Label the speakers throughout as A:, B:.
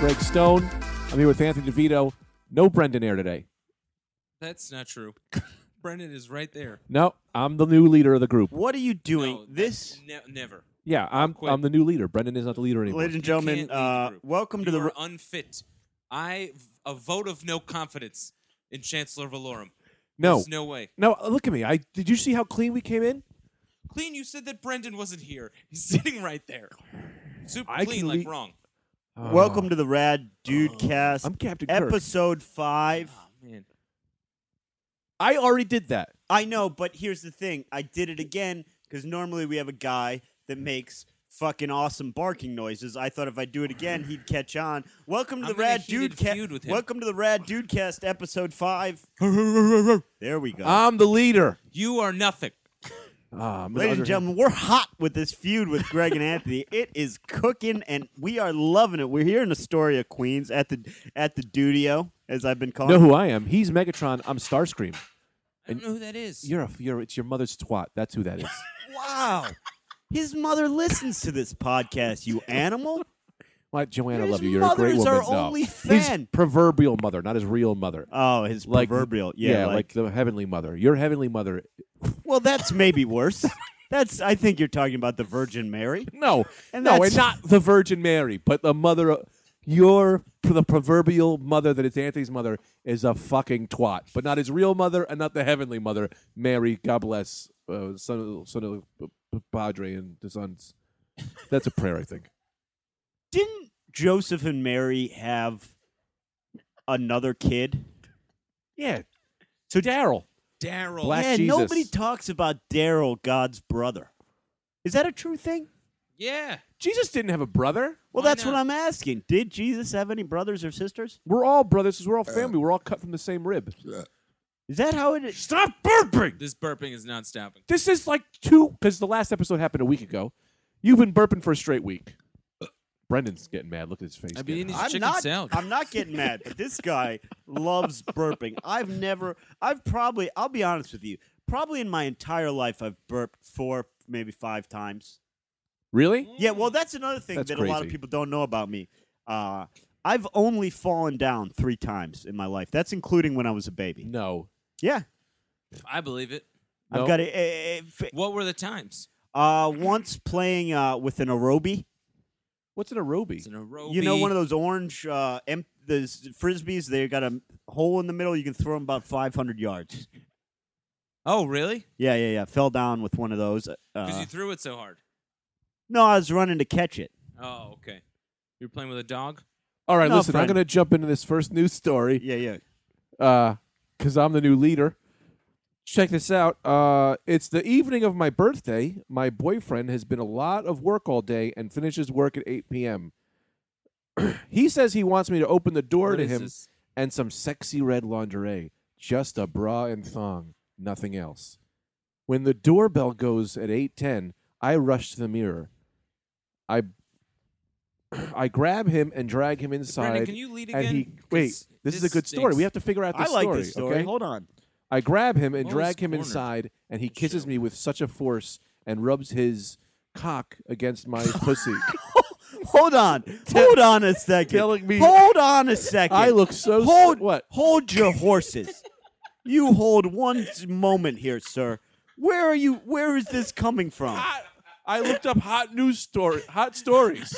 A: Greg Stone. I'm here with Anthony DeVito. No Brendan Air today.
B: That's not true. Brendan is right there.
A: No, I'm the new leader of the group.
C: What are you doing?
B: No,
C: this,
B: that's ne- never.
A: Yeah, I'm
B: Quit.
A: I'm the new leader. Brendan is not the leader anymore.
C: ladies and gentlemen,
B: can't lead
C: uh,
B: the group.
C: welcome to
B: you
C: the.
B: are unfit. I a vote of no confidence in Chancellor Valorum.
A: no,
B: There's no way.
A: no. Look at me. I did you see how clean we came in?
B: Clean. You said that Brendan wasn't here. He's sitting right there. Super
A: I
B: clean,
A: can
B: like
A: lea-
B: wrong.
C: welcome to the Rad Dude Cast,
A: I'm Captain Kirk.
C: episode five.
B: Oh man.
A: I already did that.
C: I know, but here's the thing: I did it again because normally we have a guy that makes fucking awesome barking noises. I thought if I do it again, he'd catch on. Welcome to
B: I'm in
C: the
B: a
C: Rad
B: heated
C: Dude Cast.
B: feud with him.
C: Welcome to the Rad Dude Cast, episode five. there we go.
A: I'm the leader.
B: You are nothing.
A: Ah, I'm the
C: Ladies
A: other-
C: and gentlemen, we're hot with this feud with Greg and Anthony. It is cooking, and we are loving it. We're here in Astoria, Queens, at the at the Dudio, as I've been calling.
A: know
C: it.
A: who I am. He's Megatron. I'm Starscream.
B: I don't know who that is.
A: You're a you're it's your mother's twat. That's who that is.
C: Wow, his mother listens to this podcast. You animal!
A: Why, Joanna, I
C: His
A: love you. You're a great
C: mother is
A: woman.
C: our
A: No.
C: only
A: His
C: fan.
A: proverbial mother, not his real mother.
C: Oh, his
A: Like-
C: proverbial. Yeah,
A: like,
C: like,
A: the heavenly mother. Your heavenly mother.
C: well, that's maybe worse. That's I think you're talking about the Virgin Mary.
A: No,
C: And
A: no,
C: that's-
A: and not the Virgin Mary, but the mother. Of, your the proverbial mother that is Anthony's mother is a fucking twat, but not his real mother and not the heavenly mother, Mary. God bless, uh, son of, son of p- p- Padre and the sons. That's a prayer, I think.
C: Didn't Joseph and Mary have another kid?
A: Yeah. So Daryl,
B: Daryl.
A: Black-
C: yeah,
A: Jesus.
C: nobody talks about Daryl, God's brother. Is that a true thing?
B: Yeah.
A: Jesus didn't have a brother.
B: Why
C: Well, that's what
B: not?
C: I'm asking. Did Jesus have any brothers or sisters?
A: We're all brothers. 'cause We're all family. We're all cut from the same rib.
C: Is that how it is?
A: Stop burping.
B: This burping is not stopping.
A: This is like two because the last episode happened a week ago. You've been burping for a straight week. Brendan's getting mad. Look at his face.
B: I've been
A: getting
B: eating
A: hot.
C: I'm
B: chicken
C: not.
B: salad.
C: I'm not getting mad, but this guy loves burping. I've never. I've probably. I'll be honest with you. Probably in my entire life, I've burped four, maybe five times.
A: really?
C: Yeah. Well, that's another thing
A: That's
C: that a lot of
A: crazy.
C: people don't know about me. Uh, I've only fallen down three times in my life. That's including when I was a baby.
A: No.
C: Yeah,
B: I believe it.
A: No.
C: I've got a, a, a-
B: What were the times?
C: Uh, once playing uh, with an aerobie,
A: What's an aerobie?
B: It's an aerobic.
C: you know, one of those orange uh, em- those frisbees. They got a hole in the middle. You can throw them about 500 yards.
B: Oh, really?
C: Yeah, yeah, yeah. Fell down with one of those.
B: Because
C: Uh,
B: you threw it so hard.
C: no, I was running to catch it.
B: Oh, okay. You were playing with a dog.
A: All right,
C: No,
A: listen. I'm
C: friend.
A: going to jump into this first news story
C: Yeah, yeah.
A: because I'm the new leader. Check this out. Uh, it's the evening of my birthday. My boyfriend has been a lot of work all day and finishes work at 8 p.m. he says he wants me to open the door
B: What
A: to
B: is
A: him.
B: this?
A: and some sexy red lingerie, just a bra and thong, nothing else. When the doorbell goes at 8:10, I rush to the mirror. I I grab him and drag him inside.
B: Brandon, can you lead
A: and
B: again?
A: he wait, this,
B: 'Cause
A: is a good story.
B: stinks.
A: We have to figure out
C: I
A: this
C: like
A: story,
C: this story.
A: okay?
C: Hold on.
A: I grab him and
B: Always
A: drag him
B: cornered.
A: inside, and he kisses me with such a force and rubs his cock against my pussy.
C: Hold on. Hold on a second.
A: telling me-
C: Hold on a second.
A: I look so s-
C: Hold
A: what?
C: Hold your horses. you hold one s- moment here, sir. Where are you? Where is this coming from?
A: I looked up hot news story, hot stories.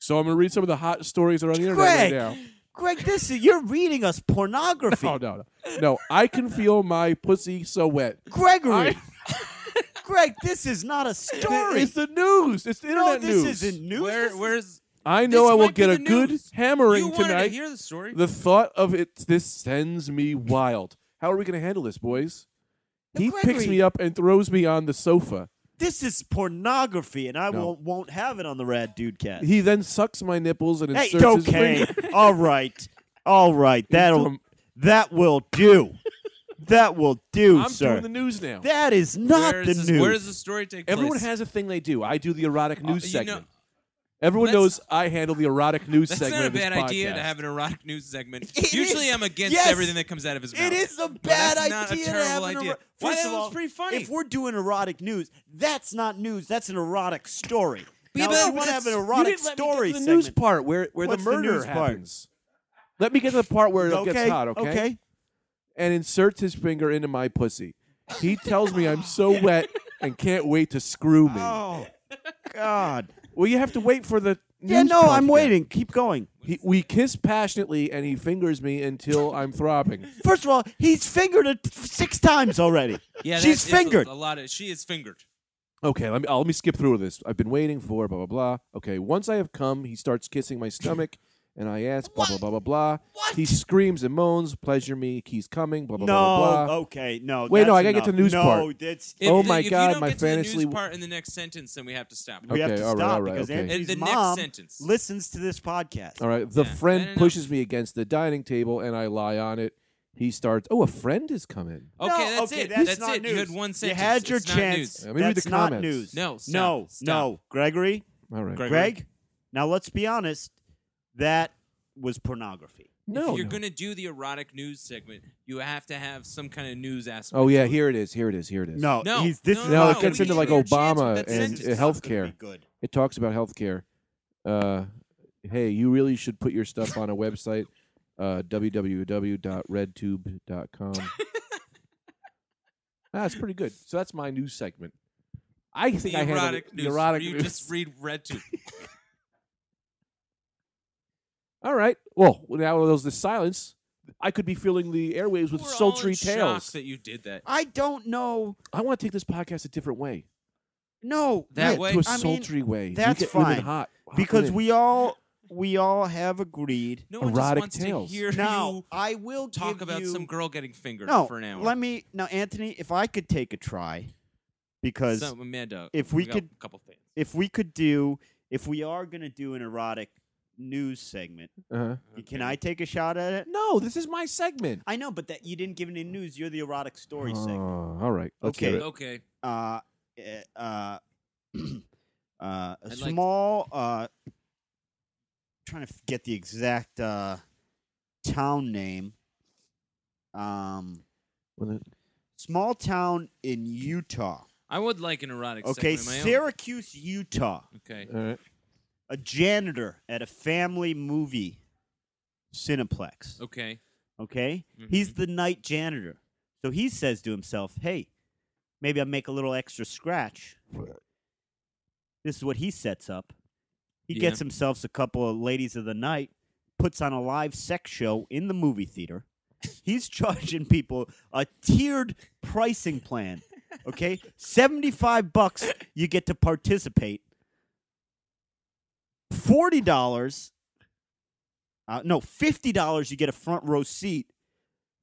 A: so I'm gonna read some of the hot stories that are on the internet right
C: Greg.
A: now.
C: Greg, this is you're reading us pornography.
A: Oh no, no, no! I can feel my pussy so wet.
C: Gregory. Greg, this is not a story.
A: It's the news. It's the
C: no,
A: internet
C: this
A: news.
C: isn't news.
B: Where,
C: This is-
B: where's
A: I know
B: This
A: I will
B: might be
A: get a
B: the
A: good
B: news.
A: hammering
B: you wanted
A: tonight.
B: to hear the story?
A: the thought of it, this sends me wild. How are we gonna handle this, boys?
C: No,
A: he picks
C: Gregory.
A: me up and throws me on the sofa.
C: this is pornography, and I
A: No.
C: won't won't have it on the Rad Dude Cat.
A: He then sucks my nipples and
C: hey,
A: inserts his
C: okay,
A: finger.
C: all right, all right. That'll
A: doing-
C: that will do. That will do,
A: I'm
C: sir.
A: doing the news now.
C: that is not
B: where is
C: the
B: this,
C: news.
B: Where does the story take
A: Everyone
B: place?
A: has a thing they do. I do the erotic
B: Uh,
A: news
B: you
A: segment.
B: know-
A: Everyone
B: That's-
A: knows I handle the erotic news
B: That's
A: segment.
B: not a
A: of this
B: bad idea to
A: podcast.
B: have an erotic news segment.
C: It
B: Usually,
C: is.
B: I'm against
C: Yes.
B: everything that comes out of his mouth.
C: It is a bad
B: that's
C: idea
B: not a
C: to have
B: terrible
C: an
B: idea.
C: ero-
B: Why,
C: First
B: that
C: of
B: was
C: all,
B: pretty funny.
C: If we're doing erotic news, that's not news. That's an erotic story. Now, if
B: Bebo,
C: you want to have an
B: that's-
A: You didn't let
C: erotic
A: me get
C: story
A: to the
C: segment.
A: news part where, where the
C: What's the
A: murder
C: news part?
A: happens. Let me get to the part where it gets hot, okay?
C: okay.
A: And inserts his finger into my pussy. He tells me I'm so wet and can't wait to screw me.
C: Oh God.
A: Well, you have to wait for the.
C: Yeah,
A: news
C: no,
A: part
C: I'm
A: to get-
C: waiting. Keep going.
A: He, we kiss passionately, and he fingers me until I'm throbbing.
C: First of all, he's fingered it six times already.
B: Yeah,
C: she's
B: that is a-
C: fingered.
B: A, lot of she is fingered.
A: Okay, let me I'll- let me skip through this. I've been waiting for blah blah blah. Okay, once I have come, he starts kissing my stomach, and I ask blah blah blah blah blah.
B: What?
A: He screams and moans, pleasure me, he's coming, blah blah
C: no,
A: blah blah. blah.
C: okay, no.
A: Wait, no,
C: that's
A: I gotta get
C: enough.
A: to news
C: no,
A: part.
C: that's
B: If
A: Oh
B: the-
A: my
B: if
A: God,
B: you don't
A: my
B: get to the news
A: fantasy-
B: part in the next sentence, then we have to stop.
C: we have
A: Okay,
C: to
A: all
C: stop
A: right, all right,
C: because
A: okay.
C: Andrew's
B: The next
C: mom
B: sentence.
C: listens to this podcast.
A: All right, the
B: Oh. Yeah,
A: friend
B: no, no, no.
A: pushes me against the dining table, and I lie on it. He starts. Oh, a friend has come in.
B: Okay,
C: No,
B: that's
C: okay,
B: it.
C: that's not
B: it.
C: news.
B: You had one
C: You
B: sentence.
C: had your
B: It's not
C: chance.
A: Yeah,
B: news.
A: let me read
C: That's
A: the
C: not
A: comments.
C: news.
B: No, stop,
C: no,
B: stop.
C: no, Gregory,
A: All right.
B: Gregory.
C: Greg. Now let's be honest. That was pornography.
A: No.
B: if you're
A: no.
B: gonna do the erotic news segment, you have to have some kind of news aspect.
A: Oh yeah,
B: to it.
A: here it is. Here it is. Here it is.
C: No,
B: No,
C: he's, this
B: no,
C: is
A: No, it
C: not
A: gets
C: gonna
A: into
C: be
A: like
C: good.
B: your chance with
A: Obama
B: that
A: and uh,
B: sentence.
C: This is not gonna be
A: healthcare.
C: Good.
A: It talks about healthcare. Uh, hey, you really should put your stuff on a website. Uh, www.redtube.com. that's pretty good. So that's my news segment. I
B: The
A: think I handled
B: erotic
A: it-
B: news.
A: the erotic
B: where you
A: news.
B: just read RedTube.
A: All right. Well, now there's the silence. I could be filling the airwaves with
B: We're all
A: sultry
B: in shock
A: tales.
B: that you did that.
C: I don't know.
A: I want to take this podcast a different way,
C: No,
B: That
C: Rick,
B: way-
A: to a
C: I mean,
A: sultry way. We
C: that's
A: get women
C: fine,
A: hot, hot
C: because
A: women.
C: we all we all have agreed.
B: No one just
A: Erotic
B: wants
A: tales.
B: to hear
C: Now
B: you
C: I will
B: talk
C: give
B: about
C: you,
B: some girl getting fingered
C: no,
B: for an hour.
C: Let me now, Anthony. If I could take a try, because
B: Some- Amanda,
C: if we
B: got
C: could-
B: a couple things.
C: if we could do, if we are going to do an erotic news segment,
A: Uh-huh.
C: can I take a shot at it?
A: No, this is my segment.
C: I know, but that you didn't give any news. You're the erotic story segment.
A: Oh, all right. Let's
C: Okay.
A: hear it.
B: Okay.
C: Uh, eh, uh, uh, a
B: I'd like-
C: small. uh, trying to f- get the exact uh, town name. Um,
A: Well, then-
C: small town in Utah.
B: I would like an erotic
C: Okay,
B: segment. of my own.
C: Syracuse, Utah.
B: Okay.
A: All right.
C: A janitor at a family movie cineplex.
B: Okay. Mm-hmm.
C: Okay, he's the night janitor, so he says to himself, "Hey, maybe I make a little extra scratch." This is what he sets up. He
B: Yeah.
C: gets himself a couple of ladies of the night, puts on a live sex show in the movie theater. He's charging people a tiered pricing plan. Okay, seventy-five bucks you get to participate. Forty dollars, uh, no, fifty dollars you get a front row seat.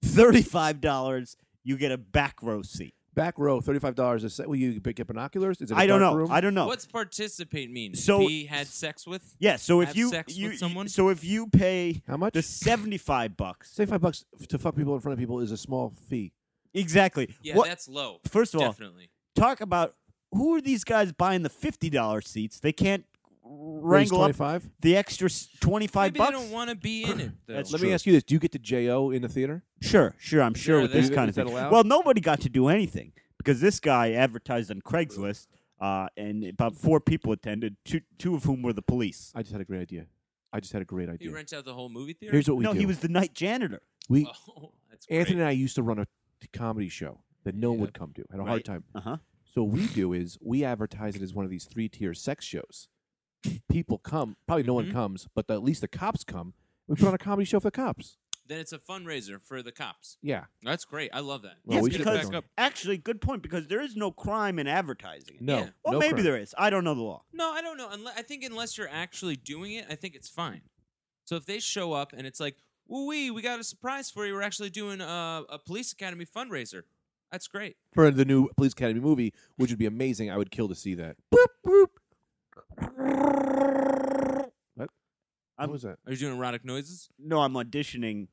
C: Thirty-five dollars you get a back row seat.
A: Back row, thirty-five dollars a set. Will you pick up binoculars? Is it? a
C: I don't
A: dark
C: know.
A: Room?
C: I don't know.
B: What's participate mean?
C: So-
B: he had sex with.
C: yeah, so if
B: Have
C: you,
B: sex
C: you
B: with someone?
C: so if you pay
A: How much?
C: the seventy-five bucks
A: Seventy-five bucks f- to fuck people in front of people is a small fee.
C: exactly.
B: Yeah,
C: what,
B: that's low.
C: first of all,
B: Definitely.
C: talk about who are these guys buying the fifty dollars seats? They can't
A: Raise
C: wrangle up
A: Twenty-five.
C: the extra twenty-five
B: Maybe
C: bucks.
B: they don't want to be in it. Though.
C: That's
A: Let
C: true.
A: me ask you this: Do you get to jo in the theater?
C: Sure, sure. I'm sure
B: Sure,
C: with
B: that-
C: this kind
A: is
C: of
A: that
C: thing.
A: allowed?
C: Well, nobody got to do anything because this guy advertised on Craigslist, uh, and about four people attended, two two of whom were the police.
A: I just had a great idea. I just had a great
B: He
A: idea.
B: rent out the whole movie theater.
A: Here's what we
C: no,
A: do.
C: he was the night janitor.
A: we
B: oh, that's great.
A: Anthony and I used to run a t- comedy show that no one
B: Yeah.
A: would come to. Had a hard
C: Right.
A: time.
C: Uh huh.
A: So what we do is we advertise it as one of these three-tier sex shows. People come. Probably no one
B: Mhm.
A: comes, but the- at least the cops come. We put on a comedy show for the cops.
B: Then it's a fundraiser for the cops.
A: Yeah.
B: That's great. I love that.
A: Well,
C: yes,
A: we
B: Let's
A: should
B: get
A: have
B: it
C: because
B: back
A: done
B: up.
C: actually, good point. Because there is no crime in advertising. it.
A: No.
B: Yeah.
C: Well,
A: no
C: maybe
A: crime.
C: there is. I don't know the law.
B: No, I don't know. Unless, I think unless you're actually doing it, I think it's fine. So if they show up and it's like, "Woo wee, we got a surprise for you. We're actually doing a, a police academy fundraiser." That's great.
A: for the new Police Academy movie, which would be amazing. I would kill to see that.
C: I'm-
A: what was that?
B: Are you doing erotic noises?
C: No, I'm auditioning.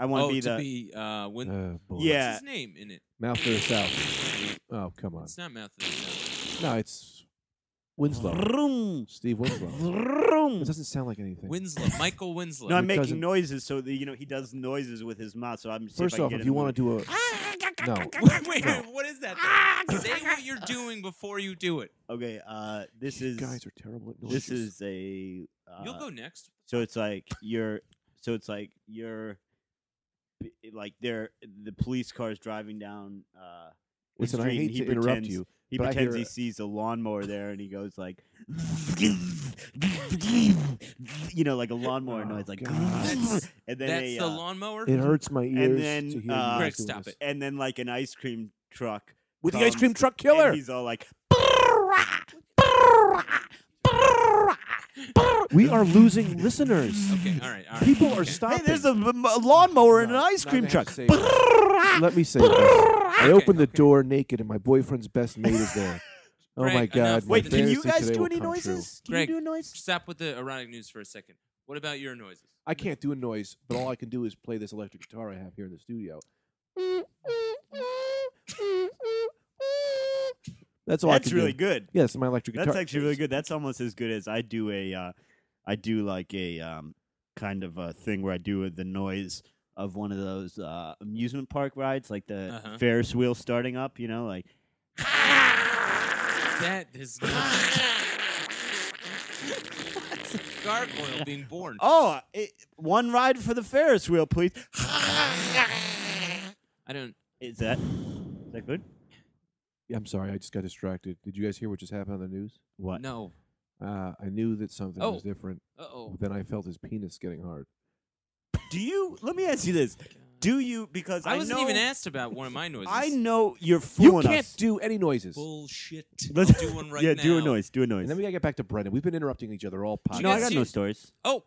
C: I want
B: oh,
C: to be
B: to
C: the.
B: be uh, when,
A: Oh, boy.
C: Yeah.
B: what's his name in it?
A: Mouth to the South. Oh, come on.
B: It's not mouth. of the South.
A: No, it's Winslow.
C: Vroom,
A: Steve Winslow.
C: vroom.
A: It doesn't sound like anything.
B: Winslow, Michael Winslow.
C: No, I'm making
A: doesn't-
C: noises so that you know he does noises with his mouth. So I'm see
A: First
C: if I
A: off, if you want to do a no, Ah!
B: wait, wait, wait, what is that? thing? Say what you're doing before you do it.
C: to, Ah, okay, uh, this
A: you
C: is
A: guys are terrible at noises.
C: this is a uh,
B: You'll go next.
C: So it's like you're. So it's like you're. b- Like they're the police cars driving down. Uh, the
A: Listen, I
C: street, and
A: hate
C: he
A: to interrupt
C: pretends-
A: you.
C: He
A: but I
C: pretends
A: hear a-
C: he sees a lawnmower there, and he goes like, you know, like a lawnmower
A: Oh,
C: noise, like,
A: God.
B: That's-
C: and then
B: That's
C: a,
B: the
C: uh,
B: lawnmower.
A: It hurts my ears.
C: then,
A: to hear
C: uh,
A: you
B: Greg,
A: guys doing
B: stop
A: this. Um,
B: it.
C: and then like an ice cream truck
A: With the ice
C: comes
A: cream truck
C: and
A: killer.
C: he's all like,
A: We are losing listeners.
B: Okay, all right, all right.
A: People are
B: okay.
A: stopping.
C: Hey, there's a, m- a lawnmower and an
A: No,
C: ice
A: now
C: cream
A: they have
C: truck.
A: to say that. Let me say this. I
B: Okay,
A: opened the
B: okay.
A: door naked, and my boyfriend's best mate is there. Oh
B: Greg,
A: my
B: enough.
A: God! my
C: Wait, can you
A: fantasy
C: guys
A: today
C: do
A: will
C: any
A: come true.
C: noises? Can
B: Greg.
C: you do a noise?
B: Stop with the erotic news for a second. What about your noises?
A: I can't do a noise, but all I can do is play this electric guitar I have here in the studio. That's all I
C: That's
A: can
C: really
A: do.
C: good.
A: Yes, my electric guitar.
C: That's actually really good. That's almost as good as I do a, uh, I do like a um, kind of a thing where I do the noise of one of those uh, amusement park rides, like the
B: Uh-huh.
C: Ferris wheel starting up. You know, like
B: That is not. That's a gargoyle being born.
C: oh, it, one ride for the Ferris wheel, please.
B: I don't.
C: Is that is that good?
A: Yeah, I'm sorry, I just got distracted. Did you guys hear what just happened on the news?
C: What?
B: No.
A: Uh, I knew that something was
B: Oh.
A: different.
B: Uh oh.
A: Then I felt his penis getting hard.
C: Do you? Let me ask you this. Do you? Because I,
B: I wasn't
C: know,
B: even asked about one of my noises.
C: I know you're
A: You
C: fooling
A: can't
C: us.
A: do any noises.
B: Bullshit.
C: Let's-
B: do one right
C: yeah,
B: now.
C: do a noise. Do a noise.
A: And then we gotta get back to Brendan. We've been interrupting each other all podcast.
B: you
C: no, I
B: guys
C: got
B: see-
C: no stories.
B: Oh,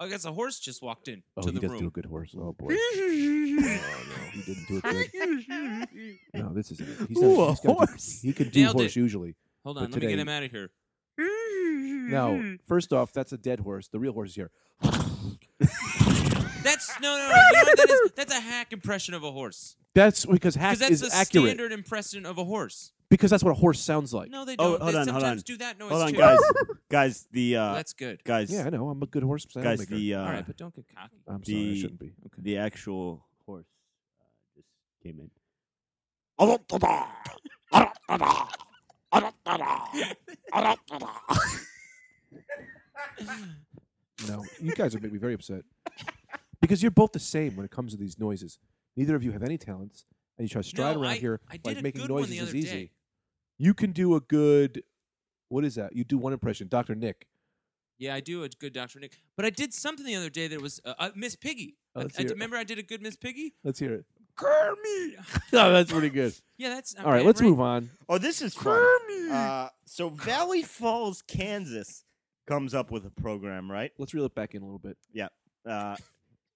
B: I guess a horse just walked in
A: oh,
B: to
A: he
B: the
A: does do a
B: room.
A: good horse. Oh boy. oh, no, he didn't do it good. No, this is it. He's not,
C: Ooh, a
A: he's gotta do-
C: horse.
A: he could do
B: Nailed
A: horse
B: it.
A: usually.
B: Hold
A: But
B: on, let me get
A: today-
B: him out of here. Mm-hmm.
A: No, first off, that's a dead horse. The real horse is here.
B: That's no, no, no. You know what that is? That's a hack impression of a horse.
A: That's because hack
B: Because that's
A: is
B: the
A: accurate.
B: standard impression of a horse.
A: Because that's what a horse sounds like.
B: No, they
C: Oh,
B: don't.
C: hold
B: they
C: on, hold
B: sometimes
C: on.
B: do that noise
C: Hold on,
B: too.
C: guys. guys, the uh,
B: Well, that's good.
C: guys,
A: Yeah, I know. I'm a good horse sound
C: guys,
A: maker.
C: the uh,
B: All right, but don't get cocky.
A: I'm sorry, I
C: the-
A: shouldn't be.
C: the actual horse uh, just came in. Oh,
A: No, you guys have made me very upset because you're both the same when it comes to these noises. Neither of you have any talents, and you try to stride
B: No,
A: around
B: I-
A: here
B: I did
A: like
B: a
A: making
B: good one
A: noises
B: the
A: is
B: other
A: easy.
B: day.
A: You can do a good. What is that? You do one impression, Doctor Nick.
B: Yeah, I do a good Dr. Nick. But I did something the other day that was uh, uh, Miss Piggy.
A: Oh,
B: I-
A: let's
B: I,
A: hear it.
B: remember I did a good Miss Piggy?
A: Let's hear it.
B: Kermit.
A: oh, that's pretty good.
B: yeah, that's
A: All right, let's move on.
C: Oh, this is fun. Uh, so Valley Falls, Kansas, comes up with a program, right?
A: Let's reel it back in a little bit.
C: Uh,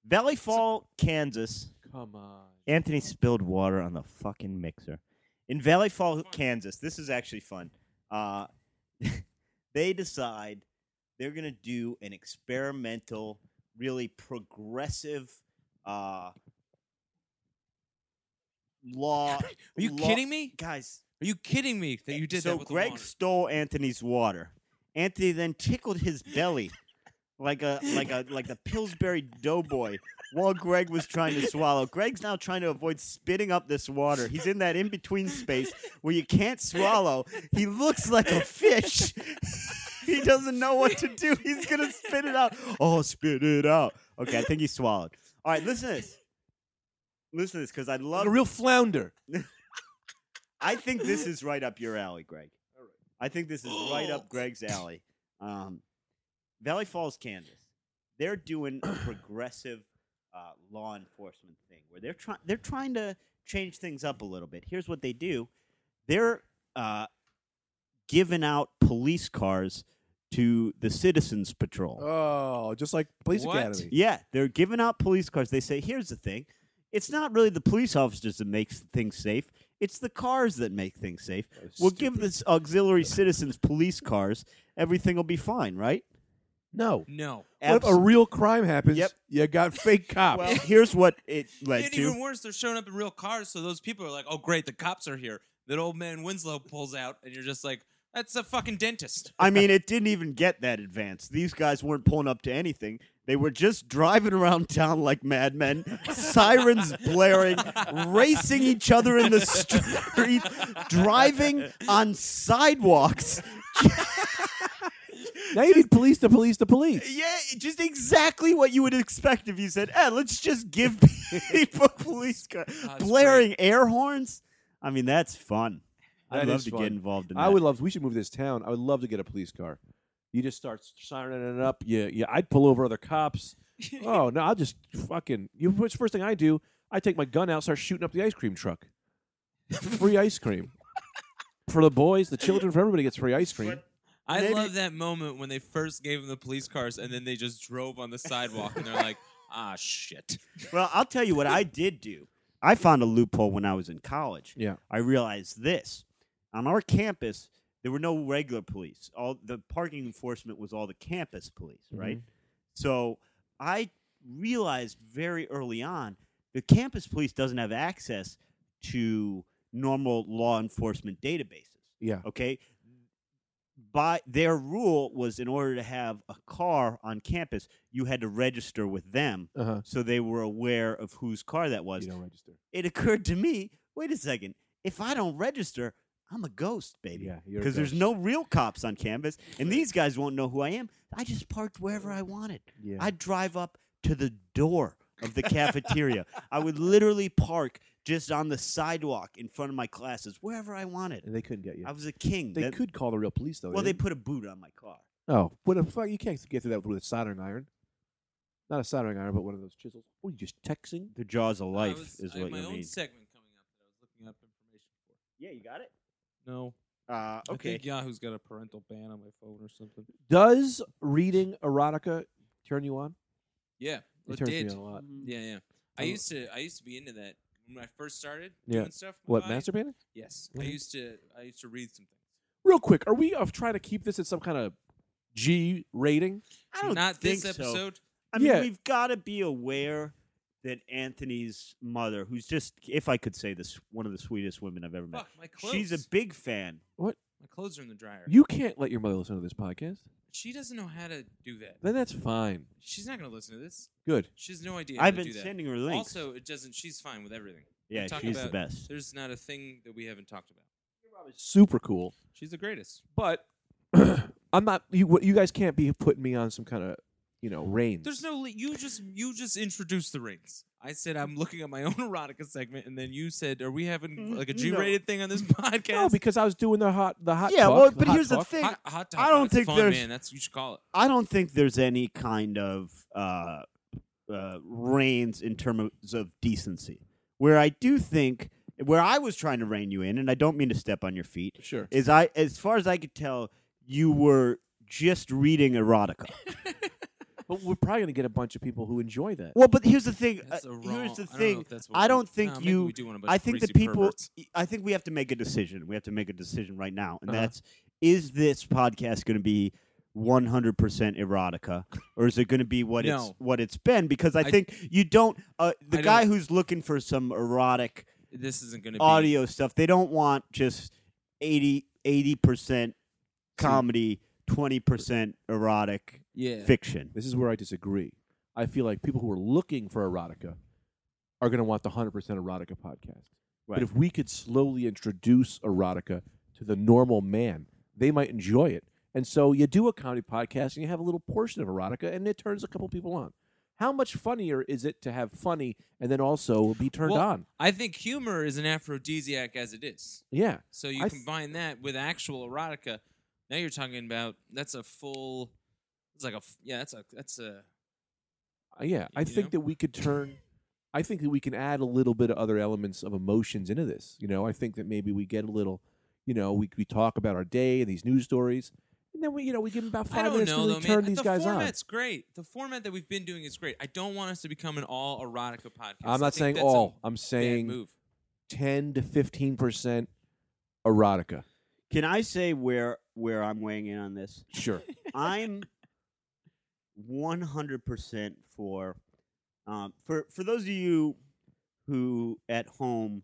C: Valley Falls, Kansas.
A: Come on.
C: Anthony spilled water on the fucking mixer. In Valley Falls, Kansas, this is actually fun. Uh, they decide they're going to do an experimental, really progressive uh, law.
B: Are you
C: law-
B: kidding me?
C: Guys,
B: Are you kidding me that
A: Eh,
B: you did
C: so
B: that with the
C: Greg
B: water?
C: stole Anthony's water. Anthony then tickled his belly like a like a like the Pillsbury Doughboy while Greg was trying to swallow. Greg's now trying to avoid spitting up this water. He's in that in between space where you can't swallow. He looks like a fish. he doesn't know what to do. He's gonna spit it out. Oh, spit it out. Okay, I think he swallowed. All right, listen to this. Listen to this because I love
A: a real flounder.
C: I think this is right up your alley, Greg. I think this is right up Greg's alley. Um, Valley Falls, Kansas. They're doing a progressive uh, law enforcement thing where they're trying they're trying to change things up a little bit. Here's what they do: they're uh, giving out police cars to the Citizens Patrol.
A: Oh, just like Police
B: What?
A: Academy.
C: Yeah, they're giving out police cars. They say, here's the thing. It's not really the police officers that makes things safe. It's the cars that make things safe. We'll give this auxiliary citizens police cars. Everything will be fine, right?
A: No.
B: No.
A: What if a
C: Abs-
A: real crime happens?
C: Yep.
A: You got fake cops.
C: well, here's what it led
B: And even
C: to.
B: worse, they're showing up in real cars, so those people are like, "Oh, great, the cops are here." That old man Winslow pulls out, and you're just like, That's a fucking dentist.
C: I mean, it didn't even get that advanced. These guys weren't pulling up to anything. They were just driving around town like madmen, sirens blaring, racing each other in the street, driving on sidewalks.
A: Now you need police to police the police.
C: Yeah, just exactly what you would expect if you said, eh, let's just give people police car.
B: that's
C: blaring air horns. I mean, that's fun. I'd
A: That
C: love
A: is
C: to
A: fun.
C: get involved in that.
A: I would love. We should move this town. I would love to get a police car. You just start sirening it up. Yeah, yeah. I'd pull over other cops. oh no, I'll just fucking. You. What's the first thing I do? I take my gun out, start shooting up the ice cream truck. Free ice cream for the boys, the children, for everybody gets free ice cream.
B: I
C: Maybe-
B: love that moment when they first gave them the police cars and then they just drove on the sidewalk and they're like, ah, shit.
C: Well, I'll tell you what I did do. I found a loophole when I was in college.
A: Yeah.
C: I realized this. On our campus, there were no regular police. All the parking enforcement was all the campus police,
A: Mm-hmm.
C: right? So I realized very early on the campus police doesn't have access to normal law enforcement databases
A: Yeah.
C: okay by their rule was in order to have a car on campus you had to register with them
A: Uh-huh.
C: so they were aware of whose car that was
A: You don't register.
C: it occurred to me wait a second if i don't register i'm a ghost baby
A: Yeah, you're a
C: because there's
A: ghost.
C: no real cops on campus and these guys won't know who i am i just parked wherever i wanted
A: Yeah.
C: I'd drive up to the door of the cafeteria. I would literally park just on the sidewalk in front of my classes, wherever I wanted.
A: and they couldn't get you.
C: I was a king.
A: they
C: That-
A: could call the real police though.
C: well, they
A: didn't
C: put a boot on my car.
A: Oh, what the fuck? You can't get through that with a soldering iron. Not a soldering iron, but one of those chisels. What are you just texting?
C: The jaws of
B: I
C: life
B: was-
C: is
B: I have
C: what
B: my
C: you
B: own
C: mean.
B: segment coming up that I was looking up information for.
C: Yeah, you got it.
B: No.
C: Uh,
B: I
C: okay.
B: think Yahoo's got a parental ban on my phone or something.
A: Does reading erotica turn you on?
B: Yeah.
A: It
B: It
A: turns
B: did.
A: me on a lot.
C: Mm-hmm.
B: Yeah, yeah. I
A: Oh.
B: used to I used to be into that when I first started
A: Yeah.
B: doing stuff. with my
A: What
B: body.
A: masturbating?
B: Yes, I
A: Mhm.
B: used to I used to read some things.
A: Real quick, are we of trying to keep this at some kind of G rating?
C: I don't
B: Not
C: think
B: this
C: so.
B: episode.
C: I mean,
A: Yeah.
C: we've got to be aware that Anthony's mother, who's just, if I could say this, one of the sweetest women I've ever met,
B: Fuck my clothes.
C: she's a big fan.
B: my clothes are in the dryer.
A: You can't let your mother listen to this podcast.
B: she doesn't know how to do that.
A: Then that's fine.
B: She's not gonna listen to this.
A: Good.
B: She has no idea.
C: I've
B: how to
C: been
B: do that.
C: sending her links.
B: Also, it doesn't. She's fine with everything.
C: yeah,
B: talk
C: she's the
B: about-
C: best.
B: There's not a thing that we haven't talked about.
A: Super cool.
B: She's the greatest.
A: But I'm not. You you guys can't be putting me on some kind of you know reins.
B: There's no. li- You just you just introduced the rings. I said I'm looking at my own erotica segment, and then you said, "Are we having
C: Mm,
B: like a
C: no.
B: G-rated thing on this
A: no
B: podcast?"
A: because I was doing the hot the hot.
C: yeah,
A: talk,
C: well,
A: the
C: but
A: hot
C: here's
A: talk.
C: the thing.
B: hot, hot dog.
C: I don't
B: that's
C: think
B: fun,
C: there's-
B: man. That's you should call it.
C: I don't think there's any kind of uh, uh, reins in terms of decency. Where I do think, where I was trying to rein you in, and I don't mean to step on your feet,
A: Sure.
C: is I, as far as I could tell, you were just reading erotica.
A: But we're probably gonna get a bunch of people who enjoy that.
C: well, but here's the thing. uh,
B: That's a wrong,
C: here's
B: I
C: the
B: don't know
C: thing.
B: if that's what
C: I
B: we-
C: don't think
B: Nah, maybe
C: you.
B: we do want a bunch
C: I
B: of
C: think the
B: greasy
C: people.
B: perverts.
C: I think we have to make a decision. We have to make a decision right now, and
A: Uh-huh.
C: that's: is this podcast going to be 100% erotica, or is it going to be what it's
B: No.
C: what it's been? Because I,
B: I-
C: think you don't. Uh, the
B: I
C: guy
B: don't-
C: who's looking for some erotic
B: This isn't going to be
C: audio stuff, they don't want just 80 percent comedy, twenty percent erotic
B: Yeah.
C: fiction.
A: This is where I disagree. I feel like people who are looking for erotica are going to want the 100% erotica podcast.
C: Right.
A: But if we could slowly introduce erotica to the normal man, they might enjoy it. And so you do a comedy podcast and you have a little portion of erotica and it turns a couple people on. How much funnier is it to have funny and then also be turned
B: Well-
A: on?
B: I think humor is an aphrodisiac as it is.
A: Yeah.
B: So you
A: I th-
B: combine that with actual erotica. Now you're talking about that's a full. It's like a f- yeah. That's a that's a
A: Uh, Yeah, I
B: You
A: think
B: know?
A: that we could turn. I think that we can add a little bit of other elements of emotions into this. You know, I think that maybe we get a little. You know, we we talk about our day and these news stories, and then we you know we give them about
B: I
A: five
B: don't
A: minutes to
B: know though,
A: really turn
B: man.
A: these
B: the
A: guys on.
B: format's great. The format that we've been doing is great. I don't want us to become an all erotica podcast. I
A: I'm not
B: think
A: saying
B: that's a
A: all. I'm
B: bad
A: saying
B: move.
A: ten to fifteen percent erotica.
C: Can I say where where I'm weighing in on this?
A: Sure.
C: I'm 100% for um, for for those of you who at home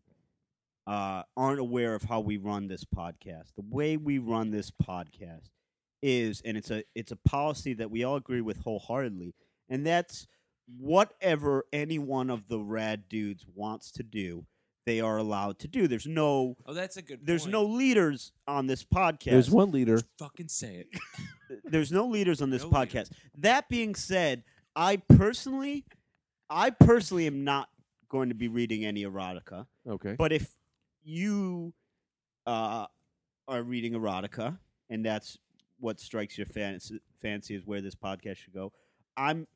C: uh, aren't aware of how we run this podcast. The way we run this podcast is, and it's a it's a policy that we all agree with wholeheartedly, and that's whatever any one of the rad dudes wants to do, they are allowed to do. There's no
B: Oh, that's a good.
C: there's
B: point.
C: no leaders on this podcast.
A: There's one leader.
B: fucking say it.
C: There's no leaders on this
B: No
C: podcast.
B: leaders.
C: That being said, I personally, I personally am not going to be reading any erotica.
A: Okay.
C: But if you uh, are reading erotica, and that's what strikes your fancy, fancy is where this podcast should go, I'm,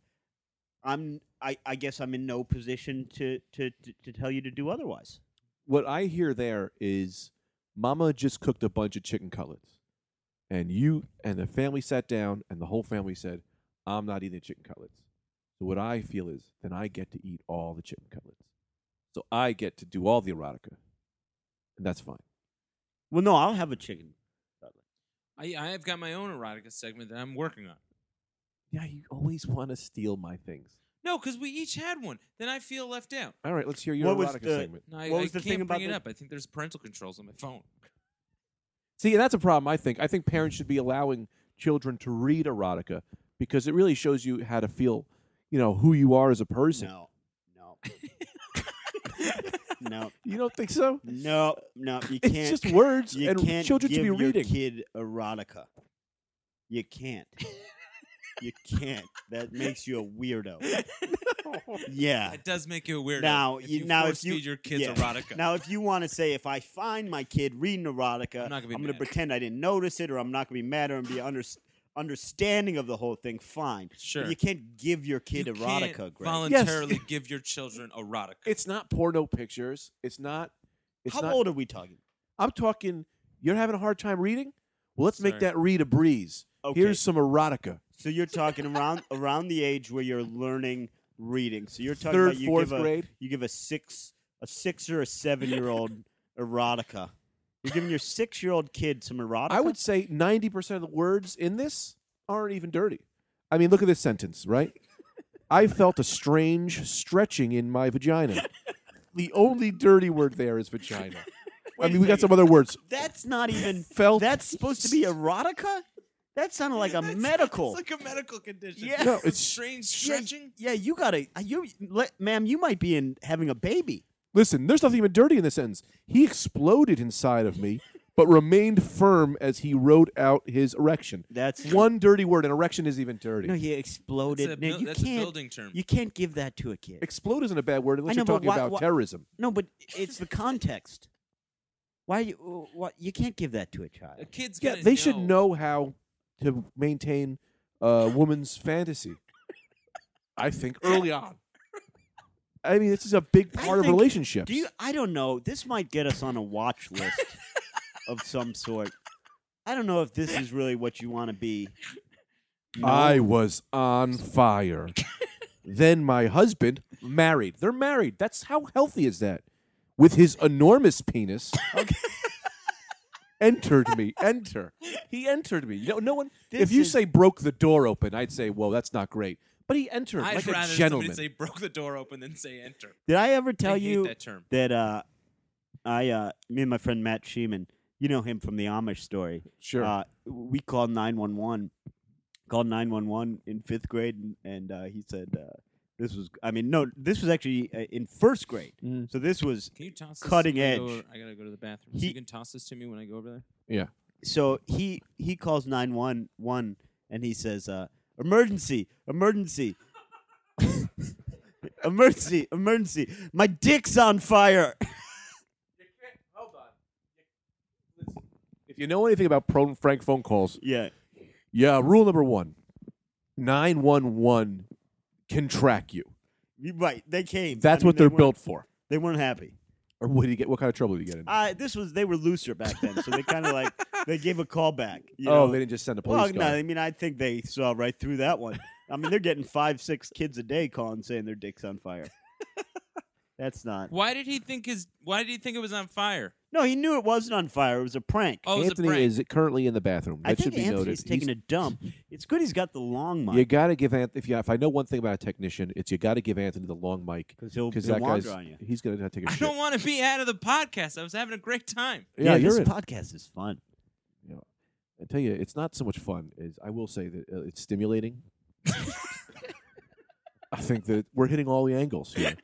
C: I'm, I, I guess I'm in no position to, to to to tell you to do otherwise.
A: what I hear there is mama just cooked a bunch of chicken cutlets. And you and the family sat down and the whole family said, I'm not eating chicken cutlets. So what I feel is then I get to eat all the chicken cutlets. So I get to do all the erotica. And that's fine.
C: Well, no, I'll have a chicken.
B: I I have got my own erotica segment that I'm working on.
A: Yeah, you always want to steal my things.
B: No, because we each had one. Then I feel left out.
A: All right, let's hear your
C: What was
A: erotica
C: the-
A: segment.
B: No, I,
C: What
B: I
C: was the
B: can't
C: thing about
B: bring it
C: the-
B: up. I think there's parental controls on my phone.
A: See, and that's a problem, I think. I think parents should be allowing children to read erotica because it really shows you how to feel, you know, who you are as a person.
C: No, no, no,
A: You don't think so?
C: no, no. You can't.
A: It's just words
C: you
A: and
C: can't
A: children
C: give
A: should be
C: your
A: reading.
C: kid erotica. You can't. you can't. That makes you a weirdo. Yeah.
B: That does make you a weirdo.
C: Now,
B: if
C: you-
B: you
C: now if
B: force
C: you-
B: feed your kids
C: yeah.
B: erotica.
C: Now, if you want to say, if I find my kid reading erotica,
B: I'm not gonna be
C: gonna
B: mad.
C: pretend I didn't notice it, or I'm not gonna be mad, or and be under, understanding of the whole thing. Fine.
B: sure.
C: But you can't give your kid
B: You
C: erotica,
B: can't
C: Greg.
B: voluntarily give your children erotica.
A: It's not porno pictures. It's not. It's
C: How
A: not,
C: old are we talking?
A: I'm talking. You're having a hard time reading. Well, let's make
B: Sorry.
A: that read a breeze.
C: Okay.
A: Here's some erotica.
C: so you're talking around around the age where you're learning reading. So you're talking
A: Third,
C: about you
A: fourth
C: give a,
A: grade.
C: you give a six a six or a seven year old erotica. You're giving your six year old kid some erotica.
A: I would say 90 percent of the words in this aren't even dirty. I mean, look at this sentence, right? I felt a strange stretching in my vagina. The only dirty word there is vagina. I
C: Wait a
A: mean, we got
C: second.
A: some other words.
C: That's not even.
A: Felt.
C: That's supposed to be erotica. That sounded like a
B: That's-
C: medical.
B: It's like a medical condition.
C: Yeah.
A: No,
B: Some
A: it's-
B: strange
C: Yeah,
B: stretching.
C: Yeah, you gotta. uh, You, le- ma'am, you might be in having a baby.
A: Listen, there's nothing even dirty in this sentence. He exploded inside of me, but remained firm as he wrote out his erection.
C: That's
A: One dirty word, and erection is even dirty.
C: No, he exploded.
B: That's, a,
C: No,
B: buil-
C: you
B: that's a
C: can't.
B: building term.
C: You can't give that to a kid.
A: Explode isn't a bad word unless
C: know,
A: you're
C: but
A: talking
C: why-
A: about
C: why-
A: terrorism.
C: no, but it's the context. Why you? uh, What you can't give that to a
B: a
C: child.
B: kid's
A: Yeah,
B: gonna
A: they should know how to maintain a woman's fantasy. I think early on. I mean, this is a big
C: I
A: part of
C: think-
A: relationships.
C: Do you? I don't know. This might get us on a watch list of some sort. I don't know if this is really what you want to be. No?
A: I was on fire. then my husband married. They're married. That's how healthy is that? With his enormous penis. entered me. Enter. He entered me. You know, no one.
C: This
A: if you
C: is-
A: say broke the door open, I'd say, "Whoa, that's not great." But he entered
B: I'd
A: like a
B: rather
A: gentleman.
B: somebody say broke the door open than say enter.
C: Did I ever tell
B: I hate
C: you
B: that term.
C: that uh, I uh, me and my friend Matt Sheeman, you know him from the Amish story.
A: sure.
C: Uh, we called nine one one, called nine one one in fifth grade, and, and uh, he said uh, this was. I mean, no, this was actually uh, in first grade.
A: Mm.
C: So this was.
B: Can you toss this
C: Cutting
B: when I go
C: edge.
B: over- I gotta go to the bathroom. so
C: He-
B: you can toss this to me when I go over there.
C: So he he calls nine one one, and he says, uh, "Emergency! Emergency!" Emergency! Emergency! My dick's on fire!
A: Hold on. If you know anything about pro Frank phone calls,
C: yeah,
A: yeah. Rule number one: nine one one can track you.
C: you're right. They came. I
A: That's
C: mean,
A: what
C: they
A: they're
C: weren't-
A: built for.
C: They weren't happy.
A: Or what do you get? What kind of trouble do you get in?
C: Uh, this was they were looser back then, so they kind of like they gave a call back. you
A: oh,
C: know?
A: they didn't just send a police
C: well,
A: well,
C: no, I mean I think they saw right through that one. I mean they're getting five, six kids a day calling saying their dick's on fire. That's not.
B: Why did he think his? Why did he think it was on fire?
C: No, he knew it wasn't on fire. It was a prank.
B: Oh, it was a
A: Anthony
B: prank.
A: is currently in the bathroom. That
C: I think
A: should be
C: Anthony's
A: noted.
C: taking
A: He's-
C: a dump. It's It's good he's got the long
A: You
C: mic
A: got to give Anthony. If, you, if I know one thing about a technician, it's you got to give Anthony the long mic
C: because he'll,
A: because
C: he'll
A: that guy's
C: wander on you.
A: he's gonna take a
B: I
A: shit.
B: don't want to be out of the podcast. I was having a great time.
A: yeah,
C: this
A: you're in.
C: podcast is fun.
A: I tell you, it's not so much fun. Is I will say that uh, it's stimulating. I think that we're hitting all the angles here.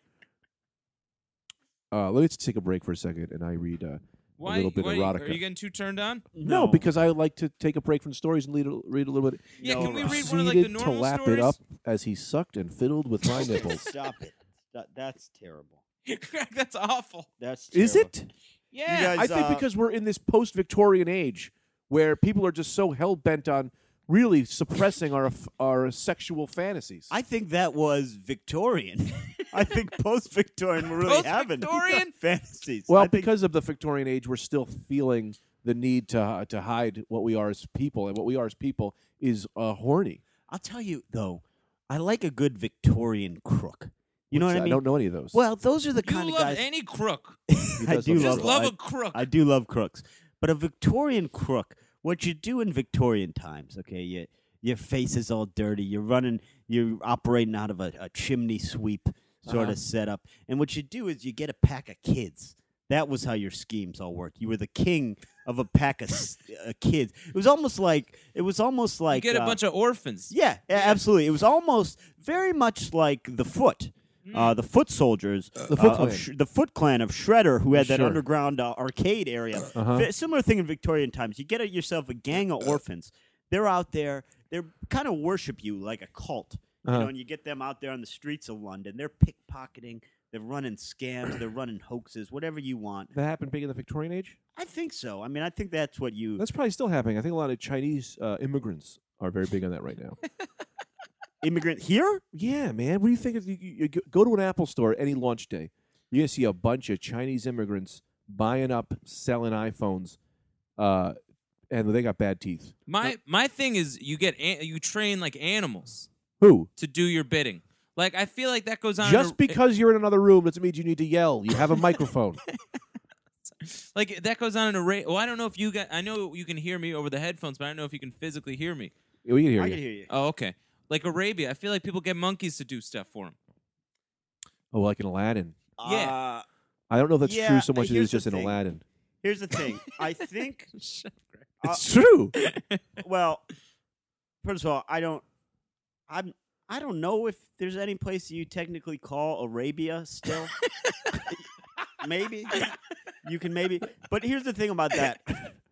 A: Uh, let's take a break for a second, and I read. Uh,
B: Why?
A: little bit
B: why are you- Are
A: erotica.
B: you getting too turned on?
A: no. because I like to take a break from stories and lead a, read a little bit.
B: Yeah,
C: No,
B: can we
C: Rob.
B: read one of like the
A: Proceeded to
B: normal
A: lap
B: stories?
A: it up as he sucked and fiddled with my nipples.
C: Stop it. That- that's terrible.
B: Craig, That's awful.
C: That's
A: Is
C: terrible.
A: it?
B: Yeah.
C: guys-
A: I think
C: uh,
A: because we're in this post-Victorian age where people are just so hell bent on really suppressing our our sexual fantasies.
C: I think that was Victorian. I think post-Victorian we're really having
B: Post-Victorian?
C: fantasies. I
A: well,
C: think-
A: because of the Victorian age, we're still feeling the need to uh, to hide what we are as people, and what we are as people is uh, horny.
C: I'll tell you though, I like a good Victorian crook. You know
A: which
C: what I mean?
A: don't know any of those.
C: Well, those are the
B: you
C: kind of
B: love
C: guys
B: any crook.
A: He
C: I
A: does
C: do
A: love
B: Just
A: those.
B: love
C: I-
B: a crook.
C: I do love crooks, but a Victorian crook. What you do in Victorian times, okay? You, your face is all dirty. You're running. You're operating out of a, a chimney sweep sort
A: Uh-huh.
C: of setup. And what you do is you get a pack of kids. That was how your schemes all worked. You were the king of a pack of s- uh, kids. It was almost like it was almost like
B: you get a
C: uh,
B: bunch of orphans.
C: yeah, a- absolutely. It was almost very much like the Foot, uh, the Foot soldiers,
A: The Foot
C: uh,
A: Clan.
C: of Sh- the Foot Clan of Shredder, who had that
A: Sure.
C: underground uh, arcade area.
A: Uh-huh.
C: Fi- similar thing in Victorian times. You get yourself a gang of orphans. They're out there. They kind of worship you like a cult, you
A: Uh-huh.
C: know. And you get them out there on the streets of London. They're pickpocketing. They're running scams. They're running hoaxes. Whatever you want.
A: That happened big in the Victorian age.
C: I think so. I mean, I think that's what you
A: That's probably still happening. I think a lot of Chinese uh, immigrants are very big on that right now.
C: immigrant here.
A: Yeah, man. What do you think? Of, you, you you go to an Apple store any launch day, you're gonna see a bunch of Chinese immigrants buying up, selling iPhones, uh, and they got bad teeth.
B: My my thing is you get an, you train like animals
A: Who?
B: to do your bidding. Like I feel like that goes on. in
A: Just
B: a-
A: because you're in another room doesn't mean you need to yell. You have a microphone.
B: like that goes on in a ra- Well, I don't know if you got. I know you can hear me over the headphones, but I don't know if you can physically hear me.
A: we can hear
C: I
A: you.
C: can hear you.
B: Oh, okay. Like Arabia, I feel like people get monkeys to do stuff for them.
A: Oh, like in Aladdin.
B: Yeah.
C: Uh,
A: I don't know if that's
C: Yeah,
A: true so much. It
C: here's
A: is just
C: the
A: in
C: thing.
A: Aladdin.
C: Here's the thing. I think. Uh,
A: It's true.
C: Well, first of all, I don't. I'm. I don't know if there's any place you technically call Arabia still. maybe you can maybe. But here's the thing about that.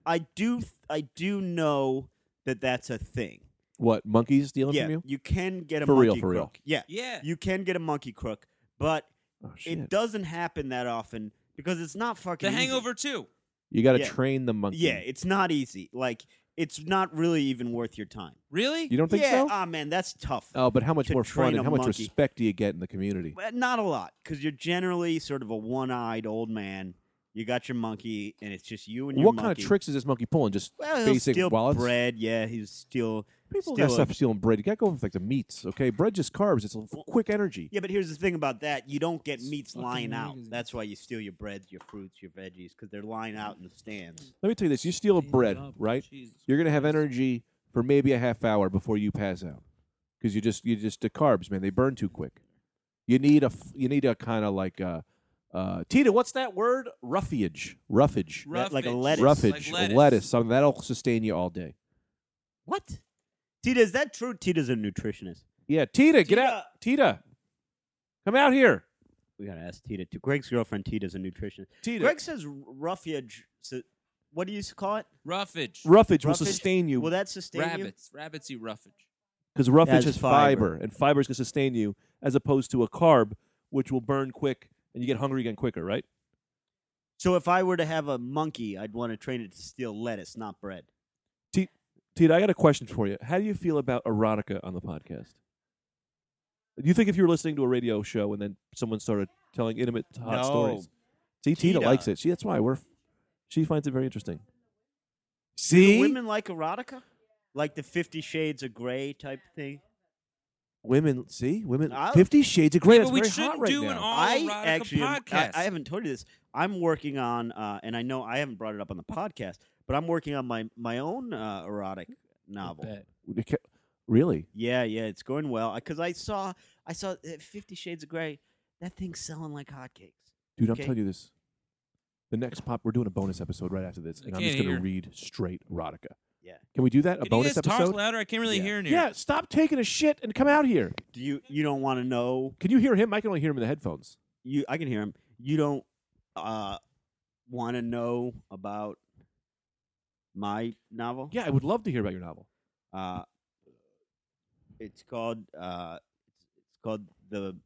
C: I do. I do know that that's a thing.
A: What monkeys stealing
C: yeah,
A: from you?
C: can get a
A: For
C: monkey
A: real, for real.
C: crook. Yeah,
B: Yeah.
C: you can get a monkey crook, but
A: Oh shit!
C: it doesn't happen that often because it's not fucking.
B: The
C: easy.
B: Hangover too.
A: you got to
C: yeah.
A: train the monkey.
C: Yeah, it's not easy. Like it's not really even worth your time.
B: Really?
A: You don't think
C: yeah.
A: so?
C: Ah, man, that's tough.
A: oh, but how much
C: to
A: more
C: train
A: fun
C: a
A: and how much
C: monkey.
A: respect do you get in the community?
C: But not a lot, because you're generally sort of a one-eyed old man. You got your monkey, and it's just you and your
A: what
C: monkey.
A: kind of tricks is this monkey pulling? Just
C: Well, he'll
A: basic
C: steal
A: wallets.
C: bread. Yeah, he's steal.
A: People
C: steal
A: gotta
C: a-
A: stop stealing bread. You gotta go with like the meats. Okay, bread just carbs. It's a quick energy.
C: Yeah, but here's the thing about that: you don't get meats
A: fucking
C: lying out.
A: magazine.
C: That's why you steal your breads, your fruits, your veggies, because they're lying out in the stands.
A: Let me tell you this: you steal a bread, right? You're gonna have energy for maybe a half hour before you pass out, because you just you just the carbs, man. They burn too quick. You need a f- you need a kind of like uh, uh, Tita. What's that word? Roughage. Roughage.
C: That- like a
B: Roughage.
C: lettuce.
A: Roughage.
B: Like
A: lettuce. Something that'll sustain you all day.
C: What? Tita, is that true? Tita's a nutritionist.
A: Yeah, Tita, get out. Tita, come out here.
C: We gotta ask Tita. too. Greg's girlfriend Tita's a nutritionist.
A: Tita.
C: Greg says roughage. So, what do you call it?
B: Roughage.
A: roughage will
C: Roughage?
A: sustain you.
C: Will that sustain you?
B: Rabbits. Rabbits eat roughage.
A: because roughage
C: As
A: has
C: fiber.
A: fiber. and fiber is going to sustain you, as opposed to a carb, which will burn quick and you get hungry again quicker, right?
C: So if I were to have a monkey, I'd want to train it to steal lettuce, not bread.
A: Tita, I got a question for you. How do you feel about erotica on the podcast? Do you think if you were listening to a radio show and then someone started telling intimate hot
C: No.
A: stories? See, Tita,
C: Tita.
A: likes it. She that's why we're she finds it very interesting.
C: Do
A: See, women,
C: women like erotica? Like the Fifty Shades of Grey type thing?
A: see, women.
C: I-
A: Fifty Shades of Grey.
B: Yeah,
A: that's
B: but we
A: very hot
B: shouldn't
A: right
B: do
A: now.
B: an all
C: I
B: erotica
C: actually, am- I,
B: podcast.
C: I haven't told you this. I'm working on, uh, and I know I haven't brought it up on the podcast, but I'm working on my my own uh, erotic novel.
A: Okay. Really?
C: Yeah, yeah, it's going well. Because I saw, I saw uh, Fifty Shades of Grey. That thing's selling like hotcakes.
A: Dude,
C: Okay.
A: I'm telling you this. The next pop, we're doing a bonus episode right after this,
B: I
A: and I'm
B: can't
A: just going
B: hear.
A: to read straight erotica.
C: Yeah.
A: Can we do that? a
B: Can
A: bonus
B: you guys
A: episode?
B: talk louder? I can't really
C: Yeah.
B: hear in here.
A: Yeah, stop taking a shit and come out here.
C: Do you? You don't want to know?
A: Can you hear him? I can only hear him in the headphones.
C: You, I can hear him. You don't uh, want to know about my novel?
A: Yeah, I would love to hear about your novel.
C: Uh, it's called. Uh, it's called the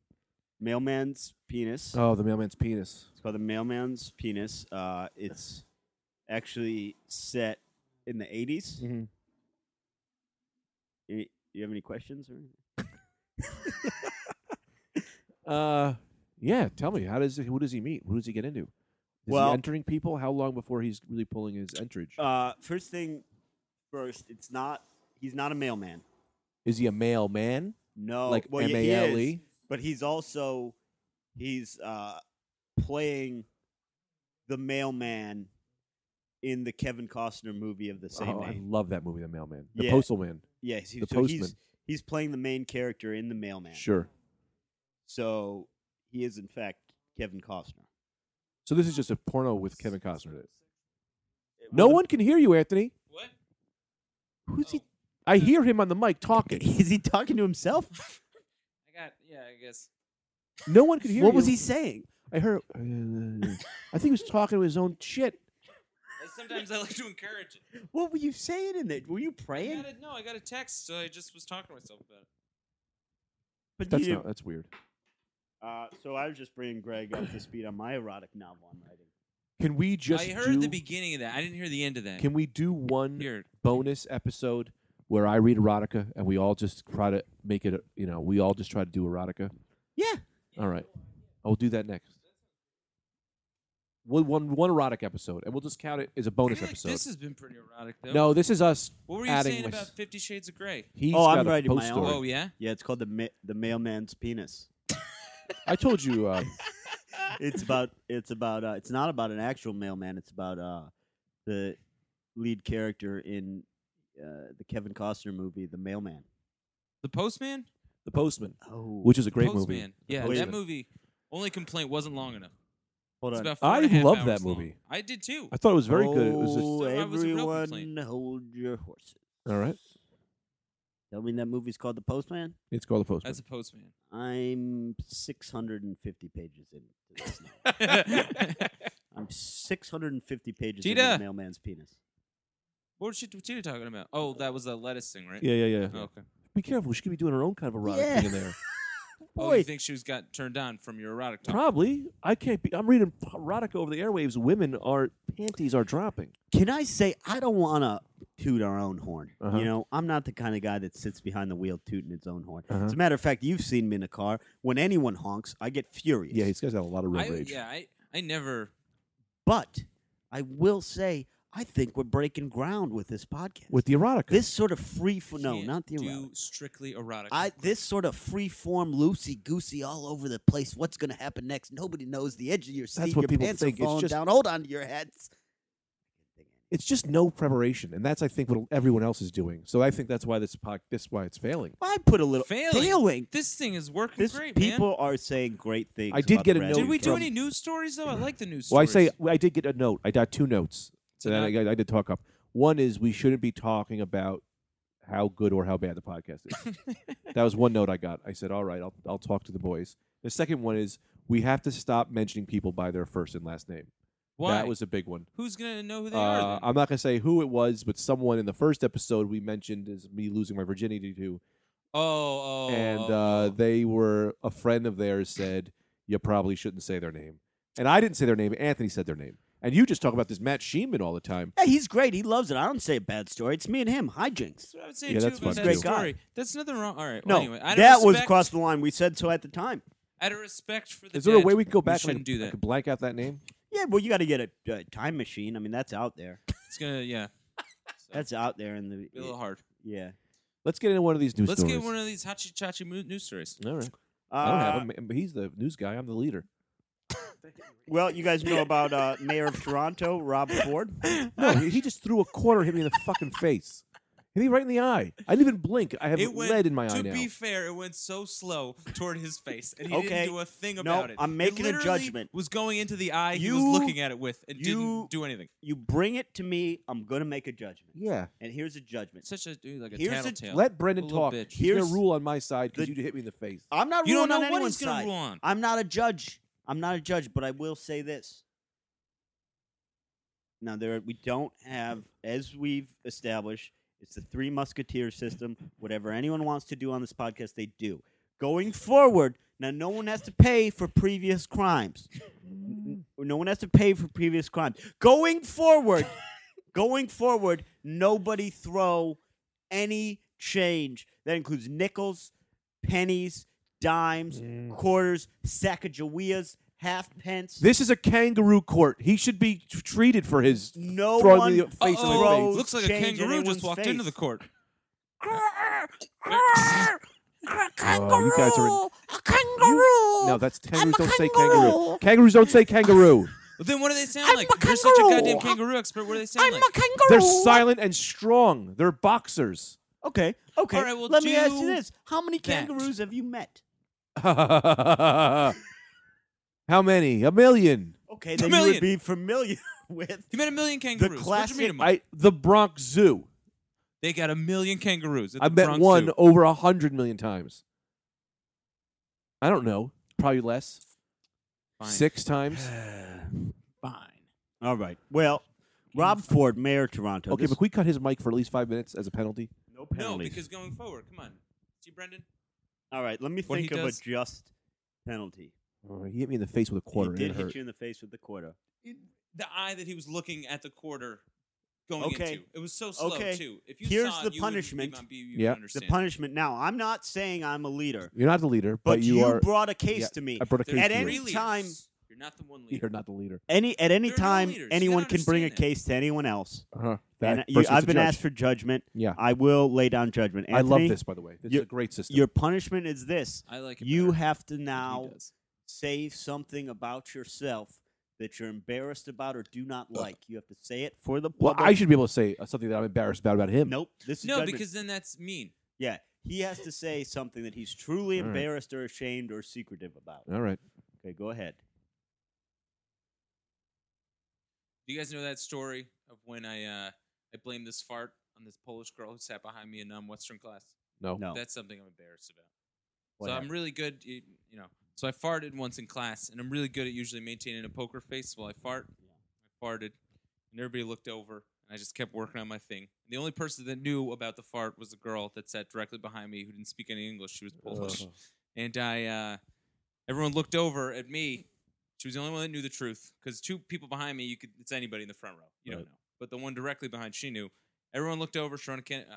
C: mailman's penis.
A: Oh, the mailman's penis.
C: It's called the mailman's penis. Uh, it's actually set in the 80s
A: Mhm.
C: You, you have any questions or anything?
A: Uh, yeah. Tell me, how does who does he meet? Who does he get into? Is
C: Well-
A: he entering people? How long before he's really pulling his entourage?
C: Uh, first thing first, it's not. He's not a mailman.
A: is he a mailman?
C: No,
A: like
C: oh, well,
A: M
C: yeah, he
A: A L
C: is,
A: E?
C: but he's also he's uh, playing the mailman in the Kevin Costner movie of the same
A: Oh, I
C: name.
A: love that movie, The Mailman, The
C: Yeah.
A: Postal Man.
C: yes, he-
A: the
C: so he's
A: postman.
C: he's playing the main character in the mailman.
A: Sure.
C: So he is in fact Kevin Costner.
A: So this is just a porno Oh, with Kevin Costner. in
B: uh,
A: it.
C: Well,
A: No
C: the-
A: one can hear you, Anthony.
B: What?
A: Who's he?
B: Oh.
A: I hear him on the mic talking.
C: is he talking to himself?
B: I got. Yeah, I guess.
A: No one could hear.
C: what was
A: you.
C: he saying?
A: I heard. I think he was talking to his own shit.
B: I- Sometimes I like to encourage it.
C: What were you saying in there? Were you
B: I
C: praying?
B: got a, no, I got a text, so I just was talking to myself about it.
C: But
A: That's
C: you-
A: not. That's weird.
C: Uh, so I was just bringing Greg up to speed on my erotic novel I'm writing.
A: Can we just?
B: I heard
A: do-
B: the beginning of that. I didn't hear the end of that.
A: Can we do one
B: Weird.
A: bonus episode where I read erotica and we all just try to make it? a- You know, we all just try to do erotica.
C: Yeah.
A: All right. I'll do that next. One, one, one erotic episode, and we'll just count it as a
B: I
A: bonus
B: feel like
A: episode.
B: this has been pretty erotic though.
A: no, this is us.
B: What were you
A: adding
B: saying
A: my s-
B: about Fifty Shades of Grey?
A: He's
C: Oh, I'm
A: got a
C: writing my
A: post
C: own.
A: story.
B: Oh yeah.
C: Yeah, it's called the ma- the mailman's penis.
A: I told you. Uh,
C: It's about it's about uh, it's not about an actual mailman. It's about uh, the lead character in uh, the Kevin Costner movie, The Mailman.
B: The Postman.
A: the Postman,
C: Oh,
A: which is a great
B: Postman.
A: movie.
B: Yeah,
C: Wait a
B: that
C: minute.
B: movie. Only complaint wasn't long enough.
C: hold
B: It's
C: on.
B: about four and a
A: I
B: half
A: love
B: hours
A: that
B: long.
A: movie.
B: I did too.
A: I thought it was very good. It was
C: Oh,
A: just,
B: So I was a real
C: everyone,
B: complaint.
C: hold your horses.
A: all right.
C: Tell me that movie's called The Postman.
A: It's called the Postman.
B: That's a postman.
C: I'm 650 pages in. To this now. I'm 650 pages into
B: Cheetah.
C: The Mailman's penis.
B: what was she, what she talking about? Oh, that was the lettuce thing, right?
A: Yeah, yeah, yeah.
B: Oh, okay.
A: Be careful. She could be doing her own kind of erotic
C: Yeah.
A: thing in there.
B: Oh, you think she was got turned on from your erotic talk?
A: Probably. I can't be. I'm reading erotica over the airwaves. Women are panties are dropping.
C: Can I say I don't want to toot our own horn?
A: Uh-huh.
C: You know, I'm not the kind of guy that sits behind the wheel tooting its own horn.
A: Uh-huh.
C: As a matter of fact, you've seen me in a car. When anyone honks, I get furious.
A: Yeah, he's got a lot of road
B: I,
A: rage.
B: yeah, I, I never.
C: but I will say, I think we're breaking ground with this podcast.
A: With the erotica.
C: this sort of free for no,
B: can't
C: not the
B: do
C: erotic.
B: strictly erotic.
C: I this sort of free form, loosey goosey, all over the place. What's going to happen next? Nobody knows. The edge of your seat,
A: what
C: your
A: people
C: pants
A: think.
C: are
A: It's
C: falling
A: just-
C: down. Hold on to your heads.
A: it's just no preparation, and that's I think what everyone else is doing. So I think that's why this po- this why it's failing.
C: I put a little
B: Failing.
C: failing.
B: this thing is working
C: This
B: great,
C: people
B: man.
C: are saying great things.
A: I did
C: about
A: get
C: the
A: a
C: Red
A: note
B: Did we do
A: from-
B: any news stories though? I like the news.
A: Well, I
B: stories.
A: say I did get a note. I got two notes, and I, I, I did talk up. One is we shouldn't be talking about how good or how bad the podcast is. that was one note I got. I said, "All right, I'll I'll talk to the boys." The second one is we have to stop mentioning people by their first and last name.
B: Why?
A: That was a big one.
B: Who's gonna know who they
A: Uh,
B: are? Then?
A: I'm not gonna say who it was, but someone in the first episode we mentioned is me losing my virginity to,
B: Oh, oh,
A: and
B: oh,
A: uh,
B: oh.
A: they were a friend of theirs said you probably shouldn't say their name, and I didn't say their name. Anthony said their name, and you just talk about this Matt Sheeman all the time.
C: Hey, he's great. He loves it. I don't say a bad story. It's me and him. Hijinks.
B: That's what I would say
A: Yeah,
B: too
A: that's
B: about
A: fun,
B: that
A: too. Great
C: guy.
B: story. That's nothing wrong. All right.
C: No,
B: Well, anyway, out of
C: that
B: respect,
C: was crossed the line. We said so at the time.
B: Out of respect for the.
A: Is there a
B: dead,
A: way we could go back and I
B: shouldn't
A: could-
B: do
A: I
B: that.
A: could blank out that name?
C: Yeah, well, you got to get a, a time machine. I mean, that's out there.
B: It's gonna yeah. So,
C: That's out there in the
B: be a little hard.
C: yeah.
A: Let's get into one of these news
B: Let's
A: stories.
B: get one of these hachi chachi mo- news stories.
A: All right,
C: Uh,
A: I don't have him. but He's the news guy. I'm the leader.
C: Well, you guys know about uh, Mayor of Toronto, Rob Ford.
A: No, he he just threw a quarter at me in the fucking face. Hit me right in the eye. I didn't even blink. I have
B: It went
A: lead in my eye
B: to
A: now.
B: be fair, it went so slow toward his face, and he
C: Okay.
B: didn't do a thing
C: No,
B: about it.
C: I'm
B: It
C: making a
B: literally
C: judgment.
B: Was going into the eye he
C: You-
B: was looking at it with, and
C: you-
B: didn't do anything.
C: You bring it to me, I'm gonna make a judgment.
A: yeah.
C: And here's a judgment.
B: Such a dude, like a
C: Here's a-
B: tattletale.
A: Let Brendan
B: Little
A: talk.
B: bitch.
A: Here's
C: Here's
A: a rule on my side because
C: the-
A: you hit me in the face.
C: I'm not
B: you don't
C: ruling
B: know
C: on
B: what
C: anyone's
B: he's gonna
C: side.
B: rule on.
C: I'm not a judge. I'm not a judge, but I will say this. Now there we don't have, as we've established, it's the three musketeer system. Whatever anyone wants to do on this podcast, they do. Going forward, now no one has to pay for previous crimes. N- n- No one has to pay for previous crimes. Going forward, going forward, nobody throw any change. That includes nickels, pennies, dimes, quarters, sacagaweas, half pence.
A: Mm. This is a kangaroo court. He should be t- treated for his.
C: no
A: throwing
C: one
A: the face in the
C: throws
A: face.
B: Looks like a
C: change in
B: kangaroo
C: anyone's
B: just walked into the
C: face.
B: court.
A: Oh, you guys are. kangaroo. No, that's kangaroos. Don't say kangaroo. Kangaroos don't say kangaroo.
B: then what do they sound like? You're such a goddamn kangaroo expert. What do they sound like?
A: They're silent and strong. They're boxers.
C: Okay, okay.
B: All right, well,
C: Let me ask you
B: do
C: this: How many
B: that.
C: kangaroos have you met?
A: How many? A million.
C: Okay,
B: A
C: then you would
B: million.
C: be familiar with.
B: you met a million kangaroos. Where'd
C: classic-
B: you meet 'em at?
A: I the Bronx Zoo.
B: They got a million kangaroos. At
A: I
B: the
A: met
B: Bronx
A: one
B: Zoo.
A: over a hundred million times. I don't know. Probably less.
B: Fine.
A: Six times.
C: Fine. All right. Well, Rob Ford, Mayor of Toronto.
A: Okay,
C: this-
A: but can we cut his mic for at least five minutes as a penalty?
C: no
B: No,
C: penalties.
B: because going forward, come on. See, Brendan.
C: All right, let me
B: What he
C: think of a
B: does-
C: just penalty.
A: Oh, he hit me in the face with a quarter.
C: he
A: and
C: did
A: it
C: hit
A: hurt.
C: you in the face with the quarter.
B: The eye that he was looking at the quarter going
C: Okay.
B: into. It was so slow
C: Okay.
B: too. If you
C: Here's
B: saw
C: the
B: it, you wouldn't-
C: punishment.
B: you might be- you
A: Yeah.
B: would
A: The
B: understand.
C: The punishment. Now, I'm not saying I'm a leader,
A: You're not the leader,
C: but,
A: but, you, are.
C: brought a case
A: yeah,
C: to me.
A: I brought a
B: There's
A: case
C: At
A: to you.
C: any
B: three leaders.
C: time-
B: you're not the one leader.
A: You're not the leader.
C: any at any
B: There are no
C: time,
B: leaders. You
C: anyone
B: gotta
C: can bring a
B: understand that.
C: case to anyone else.
A: Uh-huh.
C: And uh,
A: That
C: you-
A: person's
C: I've
A: the
C: been
A: judge.
C: asked for judgment.
A: Yeah.
C: I will lay down judgment.
A: I love
C: Anthony,
A: this, by the way. This is
C: you-
A: a great system.
C: Your punishment is this:
B: I like it.
C: you
B: better
C: have to
B: than he
C: now
B: does.
C: say something about yourself that you're embarrassed about or do not like. You have to say it for the
A: well,
C: public.
A: I should be able to say uh, something that I'm embarrassed about about him.
C: Nope. This is
B: No,
C: judgment.
B: because then that's mean.
C: yeah, he has to say something that he's truly
A: All right.
C: embarrassed or ashamed or secretive about.
A: All right.
C: Okay, go ahead.
B: Do you guys know that story of when I uh, I blamed this fart on this Polish girl who sat behind me in um, Western class?
A: No.
C: No.
B: That's something I'm embarrassed about.
C: What
B: so
C: happened?
B: I'm really good, you, you know. So I farted once in class, and I'm really good at usually maintaining a poker face while I fart. I farted, and everybody looked over, and I just kept working on my thing. And the only person that knew about the fart was the girl that sat directly behind me, who didn't speak any English. She was
A: Uh,
B: Polish,
A: Ugh.
B: and I, uh, everyone looked over at me. She was the only one that knew the truth, because two people behind me, you could it's anybody in the front row, you
A: Right.
B: don't know. But the one directly behind, she knew. Everyone looked over. Sharona can't. Uh,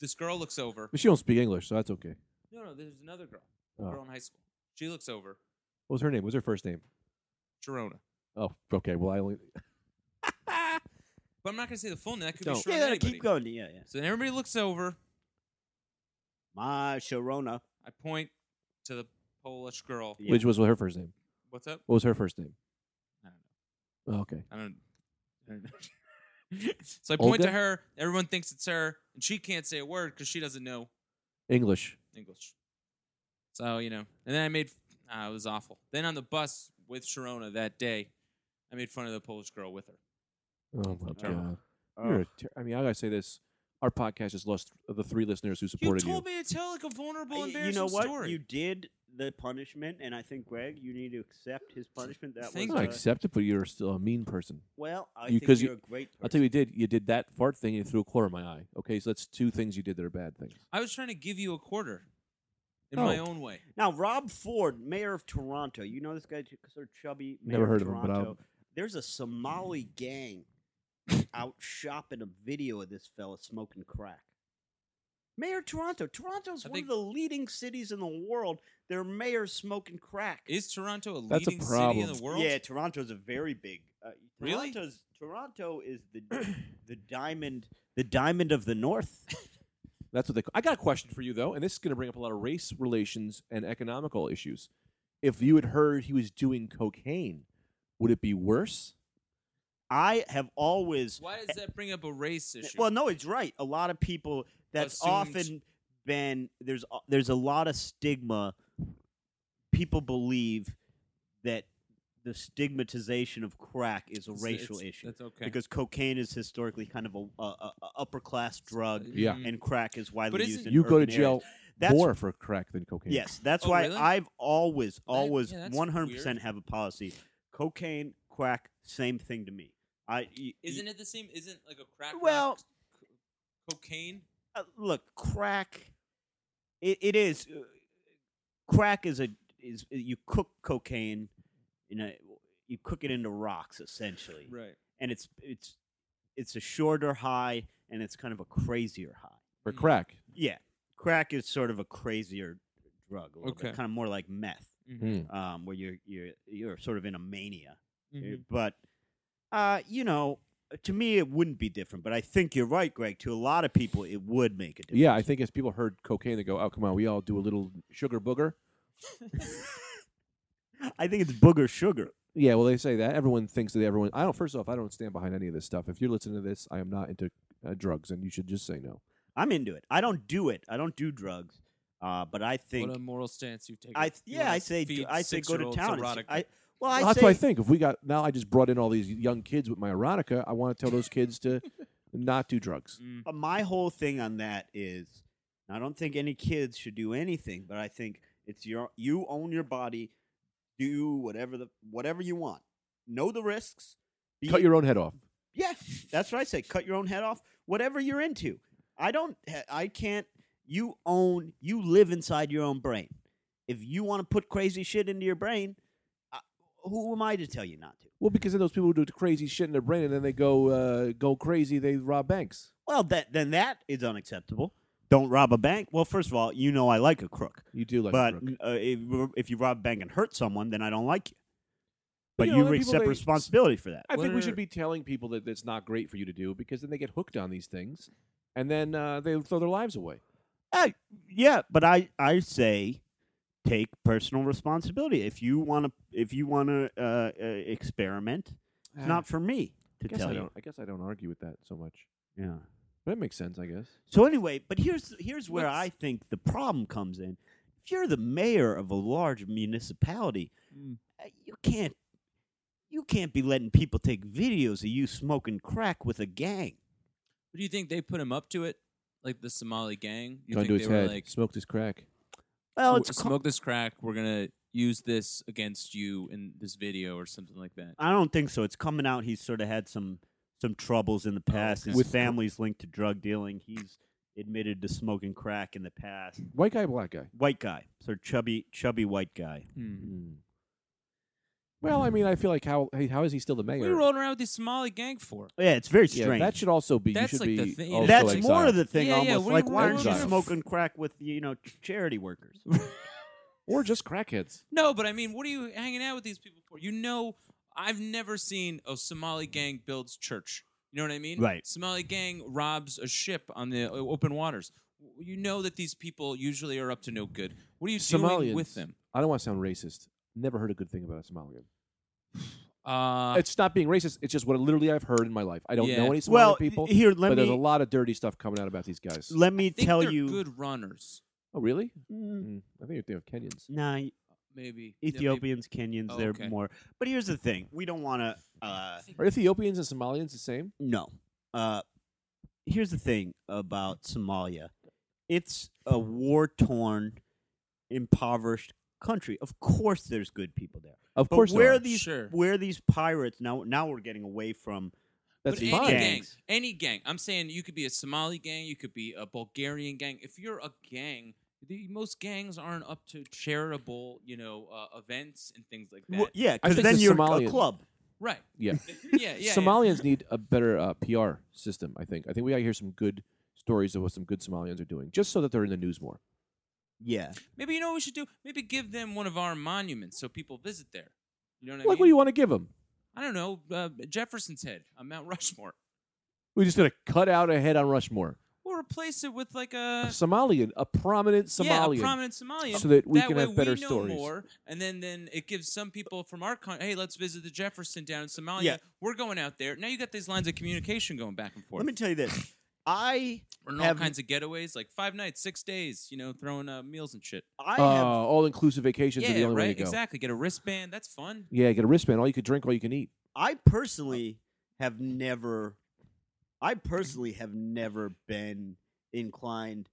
B: this girl looks over.
A: But she don't speak English, so that's okay.
B: No, no, there's another girl.
A: Oh.
B: Girl in high school. She looks over.
A: What was her name? What was her first name?
B: Sharona.
A: Oh, okay. Well, I only.
B: But I'm not gonna say the full name. That ah, could
A: Don't.
B: be Sharona.
C: yeah,
B: anybody.
C: keep going. Yeah, yeah.
B: So then everybody looks over.
C: My Sharona.
B: I point to the Polish girl.
C: Yeah.
A: Which was her first name?
B: What's up?
A: What was her first name?
B: I don't
A: Oh, okay.
B: I don't. I don't know. so I point
A: Olga?
B: to her. Everyone thinks it's her, and she can't say a word because she doesn't know
A: English.
B: English. So you know, and then I made uh, it was awful. Then on the bus with Sharona that day, I made fun of the Polish girl with her.
A: Oh my
C: Terrible.
A: god.
C: Oh.
A: You're a ter- I mean, I gotta say this. Our podcast has lost the three listeners who
B: You
A: supported you.
B: told me to tell like a vulnerable,
C: I-
B: embarrassing
C: you know what?
B: story.
C: You did the punishment, and I think Greg, you need to accept his punishment. That
B: Thank
A: I
C: was
B: you.
C: uh,
A: accept it, but you're still a mean person.
C: well. I
A: You-
C: think
A: 'cause
C: you're
A: you-
C: a great. Person.
A: I'll tell you, what you did. You did that fart thing. and You threw a quarter in my eye. Okay, so that's two things you did that are bad things.
B: I was trying to give you a quarter in my
A: Oh.
B: own way.
C: Now, Rob Ford, mayor of Toronto. You know this guy, ch- sort of chubby. Mayor
A: Never heard
C: of
A: of him,
C: Toronto.
A: but I'll-
C: There's a Somali gang out shopping a video of this fella smoking crack. Mayor of Toronto. Toronto's
B: I
C: one
B: think-
C: of the leading cities in the world. Their mayor's smoking crack.
B: Is Toronto a
A: That's a
B: leading city in
A: problem.
B: the world?
C: Yeah, Toronto's a very big. Uh,
B: Really?
C: Toronto's Toronto is the the diamond the diamond of the north.
A: That's what they. Call. I got a question for you though, and this is going to bring up a lot of race relations and economical issues. If you had heard he was doing cocaine, would it be worse?
C: I have always
B: Why does that bring up a race issue?
C: Well, no, it's right. A lot of people that's
B: Assumed-
C: often been there's uh, there's a lot of stigma. People believe that the stigmatization of crack is a
B: It's-
C: racial
B: it's-
C: issue
B: That's okay.
C: because cocaine is historically kind of a, a, a upper class drug,
A: Yeah.
B: Mhm.
C: uh, and crack is widely
B: But
C: used.
B: isn't-
C: In
A: You go to
C: urban areas.
A: jail
C: That's
A: more for crack than cocaine.
C: Yes, that's
B: Oh,
C: why
B: really?
C: I've always, always,
B: yeah, that's
C: one hundred percent have a policy: cocaine, crack, same thing to me. I y- y-
B: Isn't it the same? Isn't like a crack? rock
C: Well-
B: c- cocaine.
C: uh, look, crack. It, it is uh, crack is a is you cook cocaine, you know, you cook it into rocks essentially,
B: Right.
C: and it's it's it's a shorter high and it's kind of a crazier high.
A: For crack.
C: Yeah, crack is sort of a crazier drug, a little bit,
B: Okay.
C: kind of more like meth,
A: Mm.
C: um, where you're you're you're sort of in a mania. uh,
B: Mm-hmm.
C: But uh, you know, to me it wouldn't be different. But I think you're right, Greg. To a lot of people, it would make a difference.
A: Yeah, I think as people heard cocaine, they go, "Oh, come on, we all do a little sugar booger."
C: I think it's booger sugar.
A: Yeah, well, they say that everyone thinks that everyone. I don't. First off, I don't stand behind any of this stuff. If you're listening to this, I am not into uh, drugs, and you should just say no.
C: I'm into it. I don't do it. I don't do drugs. Uh, but I think
B: What a moral stance you take.
C: I yeah I say do- I say go to town. and see- I well I
A: Well, that's
C: say
A: what I think. If we got now, I just brought in all these young kids with my erotica. I want to tell those kids to not do drugs.
C: uh, my whole thing on that is I don't think any kids should do anything. But I think it's your you own your body. Do whatever the whatever you want. Know the risks. Be
A: Cut your own head off.
C: Yeah, that's what I say. Cut your own head off. Whatever you're into, I don't. ha- I can't. You own. You live inside your own brain. If you want to put crazy shit into your brain, I, who am I to tell you not to?
A: Well, because then those people who do crazy shit in their brain, and then they go uh, go crazy. They rob banks.
C: Well, that then that is unacceptable. Don't rob a bank. Well, first of all, you know I like a crook,
A: You do like
C: but
A: drugs.
C: uh, if, if you rob a bank and hurt someone, then I don't like you. But
A: you
C: you,
A: know, there are people
C: accept
A: that-
C: responsibility for that.
A: I think we
B: What
A: should
B: are-
A: be telling people that it's not great for you to do because then they get hooked on these things, and then uh, they throw their lives away.
C: Uh, yeah, but I I say take personal responsibility. If you want to if you want to uh, uh, experiment, it's not for me to
A: guess
C: tell
A: I
C: you.
A: don't. I guess I don't argue with that so much.
C: Yeah.
A: But it makes sense, I guess.
C: So anyway, but here's here's where
B: What's-
C: I think the problem comes in. If you're the mayor of a large municipality,
B: Mm.
C: uh, you can't you can't be letting people take videos of you smoking crack with a gang.
B: What do you think they put him up to it? Like the Somali gang? You
A: Gun
B: think
A: to
B: they
A: his
B: were
A: head.
B: like,
A: Smoked his crack.
C: Well,
B: "Oh,
C: it's co-
B: smoke this crack. We're gonna use this against you in this video or something like that."
C: I don't think so. It's coming out. He's sort of had some some troubles in the past.
B: okay.
C: His
A: Oh, With-
C: family's linked to drug dealing. He's admitted to smoking crack in the past.
A: White guy, black guy.
C: White guy, sort of chubby, chubby white guy.
B: Hmm.
A: Well, I mean, I feel like how hey, how is he still the mayor?
B: What are you rolling around with this Somali gang for?
C: Yeah, it's very
A: yeah,
C: strange.
A: that should also be.
B: That's
A: you should
B: like the
A: be.
B: thing, you
A: also
B: know,
C: That's
B: like
C: more
A: exiled.
C: of the thing
B: Yeah, yeah,
C: almost.
B: what are
C: like,
B: you-
C: why
A: what
C: aren't
A: are
C: you
A: you-
C: smoking crack with you know ch- charity workers?
A: or just crackheads.
B: No, but I mean, what are you hanging out with these people for? You know, I've never seen a Somali gang builds church. You know what I mean?
C: Right.
B: Somali gang robs a ship on the uh, open waters. You know that these people usually are up to no good. What are you
A: Somalians
B: doing with them?
A: I don't want to sound racist. Never heard a good thing about a Somalian.
B: Uh,
A: it's not being racist. It's just what literally I've heard in my life. I don't
B: Yeah.
A: know any Somali
C: well,
A: people,
C: here
A: but
C: let
A: there's a
C: me
A: lot of dirty stuff coming out about these guys.
C: let me
B: I think
C: tell
B: they're
C: you.
B: good runners.
A: oh, really?
C: Mm,
A: Mm, I think you're thinking of Kenyans.
C: Nah,
B: Maybe Yeah, maybe.
C: Ethiopians, Kenyans,
B: Oh,
C: they're
B: okay.
C: more. But here's the thing: we don't want to. Uh,
B: I think-
A: Are Ethiopians and Somalians the same?
C: No. Uh, here's the thing about Somalia it's a war torn, impoverished country. Of course, there's good people there.
A: Of
C: But
A: course, there
C: where
A: are.
C: these
B: Sure.
C: where these pirates now? Now we're getting away from.
A: That's
B: but
C: these
B: any
A: fine.
B: gang,
C: gangs.
B: any gang. I'm saying you could be a Somali gang, you could be a Bulgarian gang. If you're a gang, the, most gangs aren't up to charitable, you know, uh, events and things like that.
C: Well,
A: I
C: yeah, because
A: think
C: then
A: the
C: you're
A: Somalians-
C: a club.
B: Right.
A: Yeah.
B: yeah, yeah.
A: Somalians need a better uh, PR system. I think. I think we got to hear some good stories of what some good Somalians are doing, just so that they're in the news more.
C: Yeah,
B: yeah. Maybe you know what we should do? Maybe give them one of our monuments so people visit there. You know what I
A: like,
B: mean?
A: what do you want to give them?
B: I don't know. Uh, Jefferson's head on Mount Rushmore.
A: We're just gonna cut out a head on Rushmore.
B: Or replace it with like a,
A: A Somalian, a prominent Somalian.
B: Uh, Yeah, a prominent Somalian.
A: So that we
B: that
A: can
B: way
A: have better
B: we know
A: stories.
B: More, and then then it gives some people from our country, hey, let's visit the Jefferson down in Somalia.
C: Yeah.
B: We're going out there. Now you got these lines of communication going back and forth.
C: Let me tell you this. I
B: We're in all
C: have-
B: kinds of getaways, like five nights, six days, you know, throwing uh, meals and shit.
C: I
A: uh,
C: have
A: all inclusive vacations are the
B: yeah,
A: only way
B: right?
A: to go.
B: Exactly. Get a wristband. That's fun.
A: Yeah, get a wristband. All you can drink, all you can eat.
C: I personally have never I personally have never been inclined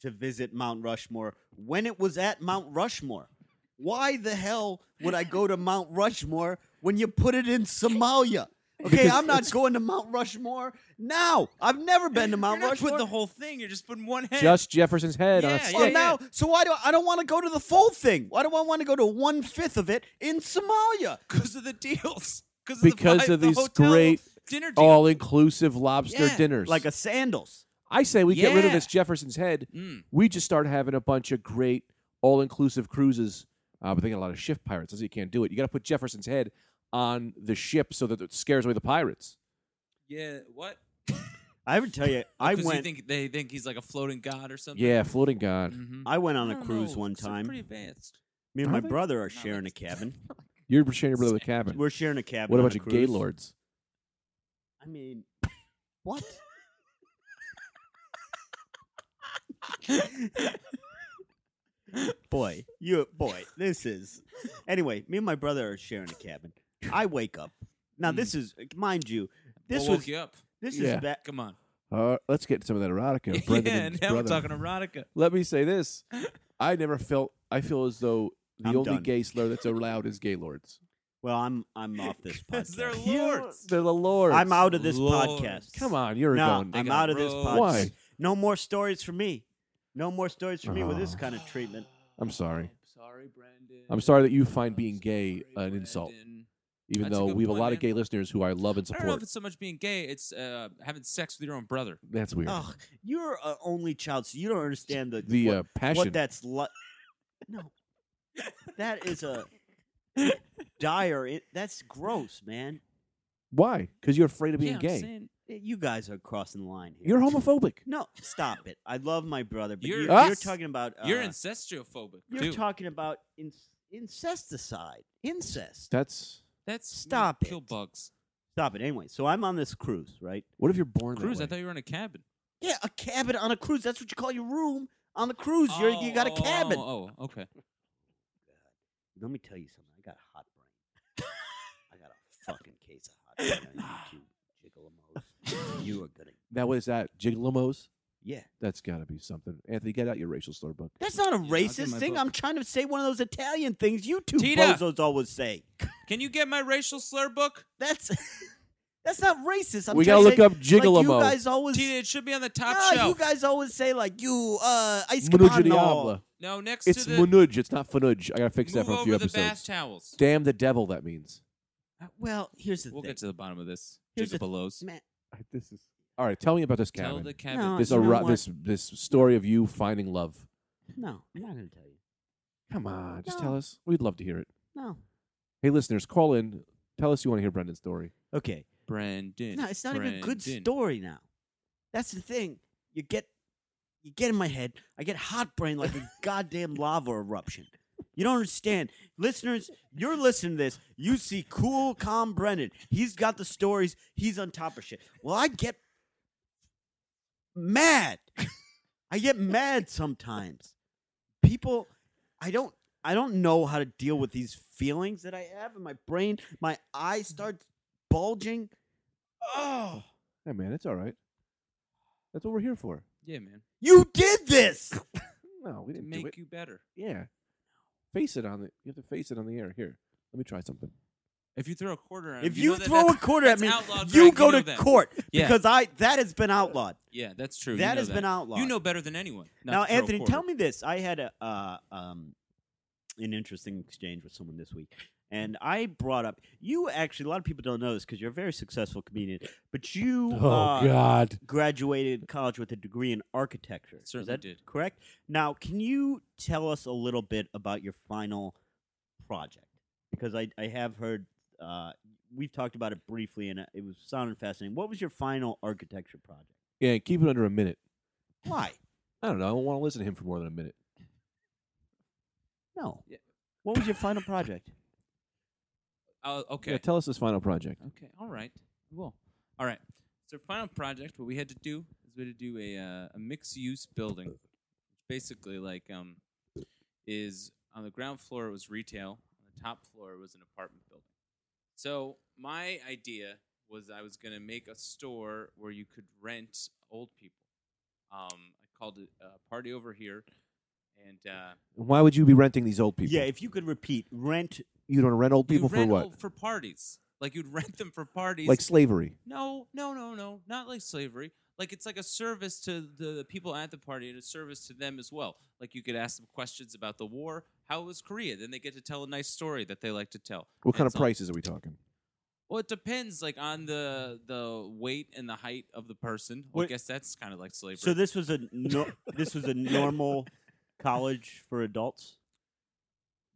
C: to visit Mount Rushmore when it was at Mount Rushmore. Why the hell would I go to Mount Rushmore when you put it in Somalia? Okay,
A: Because
C: I'm not going to Mount Rushmore now. I've never been to Mount
B: You're not
C: Rushmore.
B: putting the whole thing. You're just putting one head.
A: Just Jefferson's head on a
B: Yeah,
A: stick.
C: well, now, so why do I don't want to go to the full thing? Why do I want to go to one fifth of it in Somalia?
B: because of the deals. Because of,
A: Because
B: the five,
A: of
B: the
A: these
B: hotel
A: great
B: dinner deals.
A: All inclusive lobster
B: Yeah,
A: dinners.
C: Like a sandals.
A: I say we get rid of
B: Yeah.
A: this Jefferson's head.
B: Mm.
A: We just start having a bunch of great all inclusive cruises. Uh, but they got a lot of ship pirates. That's why you can't do it. You got to put Jefferson's head on the ship so that it scares away the pirates.
B: Yeah, what?
C: I would tell you, I
B: 'Cause You
C: went
B: think they think he's like a floating god or something.
A: Yeah, floating god.
B: Mhm.
C: I went on
B: I
C: a
B: don't
C: cruise
B: know,
C: one
B: 'cause they're
C: time.
B: Pretty advanced.
C: Me and my
A: Are they?
C: brother are
B: No,
C: sharing a
B: that's-
C: cabin.
A: You're sharing your brother the cabin.
C: We're sharing a cabin.
A: What a
C: on
A: bunch of gay
C: cruise.
A: lords.
C: I mean, what? boy, you boy, this is. Anyway, me and my brother are sharing a cabin. I wake up. Now this is, mind you, this
B: Hmm. We'll woke
C: was
B: you up.
C: this
A: Yeah.
C: is back.
B: Come on.
A: Uh, let's get some of that erotica. Brendan
B: yeah,
A: and his
B: now we're
A: brother.
B: talking erotica.
A: Let me say this. I never felt, I feel as though the
C: I'm
A: only
C: done.
A: gay slur that's allowed is gay lords.
C: Well, I'm I'm off this
B: 'Cause they're
C: podcast.
A: You-
B: lords.
A: They're the lords.
C: I'm out of this
B: Lords.
C: podcast.
A: Come on, you're
C: no,
A: going.
C: I'm
B: got
C: out of this podcast.
B: roads.
A: Why?
C: No more stories for me. No more stories for me with this
A: Oh.
C: kind of treatment.
A: I'm sorry.
B: sorry, Brandon.
A: I'm sorry that you find being
B: I'm
A: gay
B: sorry,
A: an insult,
B: Brandon.
A: even
B: That's a
A: though
B: good
A: we have a
B: point,
A: lot
B: man.
A: of gay listeners who I love and
B: I don't know
A: support.
B: if it's so much being gay; it's uh, having sex with your own brother.
A: That's weird.
B: Oh,
C: Ugh, you're an only child, so you don't understand the
A: the
C: what,
A: uh,
C: what
A: passion.
C: that's like. No, that is a dire. It, that's gross, man.
A: Why? Because you're afraid of being
B: yeah, I'm
A: gay.
B: saying,
C: You guys are crossing the line here.
A: You're homophobic.
C: no, stop it. I love my brother, but
B: You're-
C: you're,
A: Ah!
C: you're talking about uh,
B: you're incestuophobic
C: you're
B: too.
C: talking about in, incesticide, incest.
A: That's.
B: That's
C: Stop
B: Kill
C: it.
B: bugs.
C: Stop it. Anyway, so I'm on this cruise, right?
A: What if you're born that
B: Cruz,
A: way?
B: I thought you were in a cabin.
C: Yeah, a cabin on a cruise. That's what you call your room on the cruise. You're, you got a
B: Oh, oh,
C: cabin.
B: Oh, oh, okay.
C: Let me tell you something. I got a hot brain. I got a fucking case of hot brain on you two gigolos. You are gonna
A: Now what is that? Jiglomos?
C: yeah.
A: That's got to be something. Anthony, get out your racial slur book.
C: That's not a
B: Yeah, I'll get
C: racist
B: my
C: thing.
B: book.
C: I'm trying to say one of those Italian things you two
B: Tita!
C: bozos always say.
B: Can you get my racial slur book?
C: That's that's not racist. I'm
A: we
C: trying
A: gotta
C: to
A: look
C: say,
A: up
C: Like you
A: Jiggalomo.
C: guys always.
B: Tina, it should be on the top
C: Nah, you
B: shelf.
C: guys always say like you uh ice
A: Munuj
C: cabano.
A: Diabla.
B: no, next
A: It's
B: to the
A: Munuj. It's not Fanuj. I gotta fix that
B: move
A: for a
B: over
A: few
B: the
A: episodes.
B: bath towels.
A: Damn the devil. That means.
C: Uh, Well, here's the
B: We'll
C: thing.
B: get to the bottom of this.
C: Here's the
B: Jacob Belos.
C: Man,
A: I- This is. All right. Tell me about this
B: Tell
A: cabin.
B: the cabin.
C: No,
A: this
C: You know
A: ero-
C: what?
A: this this story of you finding love.
C: no, I'm not gonna tell you.
A: Come on, just
C: No.
A: tell us. We'd love to hear it.
C: No.
A: Hey, listeners, call in. Tell us you want to hear Brendan's story.
C: Okay.
B: Brandon.
C: No, it's not even a good
B: Brandon.
C: story now. That's the thing. You get you get in my head. I get hot brain like a goddamn lava eruption. You don't understand. Listeners, you're listening to this. You see cool, calm Brennan. He's got the stories. He's on top of shit. Well, I get mad. I get mad sometimes. People I don't I don't know how to deal with these feelings that I have in my brain. My eyes start bulging. Oh,
A: Hey, man, it's all right. That's what we're here for.
B: Yeah, man.
C: you did this.
A: No, we
B: To
A: didn't do it.
B: make you better.
A: yeah, face it on the. You have to face it on the air. Here, let me try something.
B: If you throw a quarter at him,
C: If
B: you,
C: you,
B: know that
C: throw a
B: that's-
C: quarter at
B: that's
C: me,
B: outlawed
C: you
B: drag,
C: go
B: know
C: to
B: that.
C: court
B: Yeah.
C: because I that has been outlawed.
B: Yeah, that's true. you
C: that
B: know
C: has been outlawed.
B: You know better than anyone. not
C: now,
B: to throw a
C: Anthony,
B: quarter.
C: tell me this. I had a uh, um, an interesting exchange with someone this week, and I brought up you. Actually, a lot of people don't know this because you're a very successful comedian, but you uh,
A: Oh, God,
C: graduated college with a degree in architecture. Is
B: Certainly
C: that
B: did.
C: Correct. Now, can you tell us a little bit about your final project? Because I, I have heard uh, we've talked about uh, it briefly, and it was sounded fascinating. What was your final architecture project?
A: yeah, keep it under a minute.
C: Why?
A: I don't know. I don't want to listen to him for more than a minute.
C: No.
B: Yeah.
C: What was your final project?
B: Oh, okay.
A: Yeah, tell us his final project.
B: Okay. All right. Well. All right. So final project, what we had to do is we had to do a uh, a mixed use building, basically like um, is on the ground floor it was retail, on the top floor it was an apartment building. So my idea was I was going to make a store where you could rent old people. Um, I called it uh, party over here, and uh,
A: Why would you be renting these old people?
C: Yeah, if you could repeat, rent.
A: you don't rent old
B: you
A: people for
B: rent
A: what?
B: old- for parties. Like you'd rent them for parties,
A: Like slavery.
B: No, no, no, no. Not like slavery. Like it's like a service to the people at the party and a service to them as well. Like you could ask them questions about the war. How was Korea? Then they get to tell a nice story that they like to tell.
A: What kind of
B: And it's all-
A: prices are we talking?
B: Well, it depends, like on the the weight and the height of the person. I
C: Wait.
B: guess that's kind of like slavery.
C: So this was a no, this was a normal college for adults.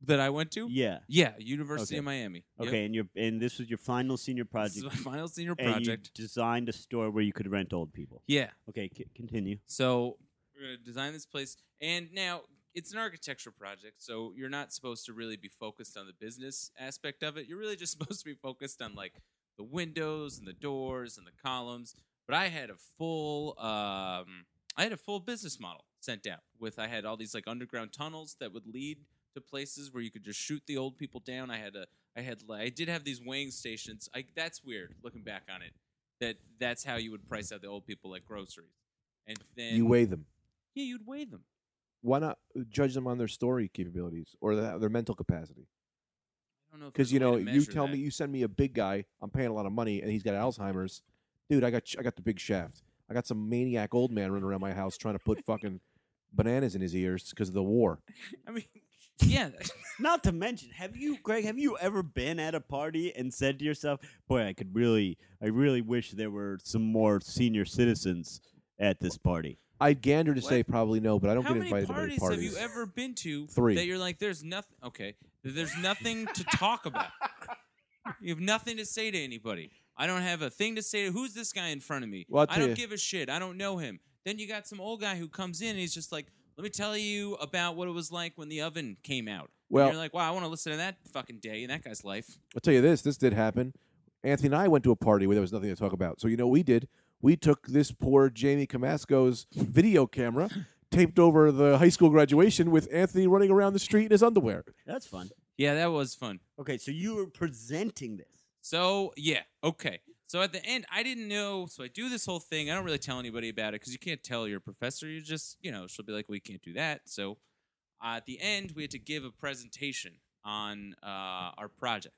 B: that I went to.
C: Yeah.
B: Yeah, University
C: Okay.
B: of Miami. Yep.
C: Okay, and your and this was your final senior
B: This is
C: project.
B: my final senior
C: And you
B: project.
C: designed a store where you could rent old people.
B: Yeah.
C: Okay, c- continue.
B: So we're gonna design this place, and now it's an architecture project. So you're not supposed to really be focused on the business aspect of it. You're really just supposed to be focused on like the windows and the doors and the columns. But I had a full, um, I had a full business model sent out with I had all these like underground tunnels that would lead to places where you could just shoot the old people down. I had a, I had, I did have these weighing stations. I, that's weird looking back on it. That that's how you would price out the old people like groceries. And then
A: you weigh them.
B: yeah, you'd weigh them.
A: Why not judge them on their story capabilities or their, their mental capacity?
B: I don't know if
A: Because
B: there's
A: you
B: a way
A: know,
B: to
A: you
B: measure
A: tell
B: that.
A: me you send me a big guy. I'm paying a lot of money, and he's got Alzheimer's. Dude, I got sh- I got the big shaft. I got some maniac old man running around my house trying to put fucking bananas in his ears because of the war.
B: I mean, yeah,
C: Not to mention, have you, Greg? Have you ever been at a party and said to yourself, "Boy, I could really, I really wish there were some more senior citizens at this party."
A: I'd gander to say
B: What?
A: probably no, but I don't
B: how
A: get
B: many
A: invited
B: parties,
A: to many
B: have
A: parties.
B: you ever been to
A: Three.
B: that you're like, there's nothing? Okay, that there's nothing to talk about. You have nothing to say to anybody. I don't have a thing to say. to Who's this guy in front of me?
A: Well, I'll
B: I
A: tell
B: don't
A: you.
B: give a shit. I don't know him. Then you got some old guy who comes in and he's just like, let me tell you about what it was like when the oven came out.
A: Well-
B: and you're like, wow, I want to listen to that fucking day in that guy's life.
A: I'll tell you this: this did happen. Anthony and I went to a party where there was nothing to talk about. So you know, what we did. We took this poor Jamie Camasco's video camera, taped over the high school graduation with Anthony running around the street in his underwear.
C: That's fun.
B: Yeah, that was fun.
C: Okay, so you were presenting this.
B: So yeah, okay. So at the end, I didn't know. So I do this whole thing. I don't really tell anybody about it because you can't tell your professor. You just, you know, she'll be like, "We can't do that." So uh, at the end, we had to give a presentation on uh, our project.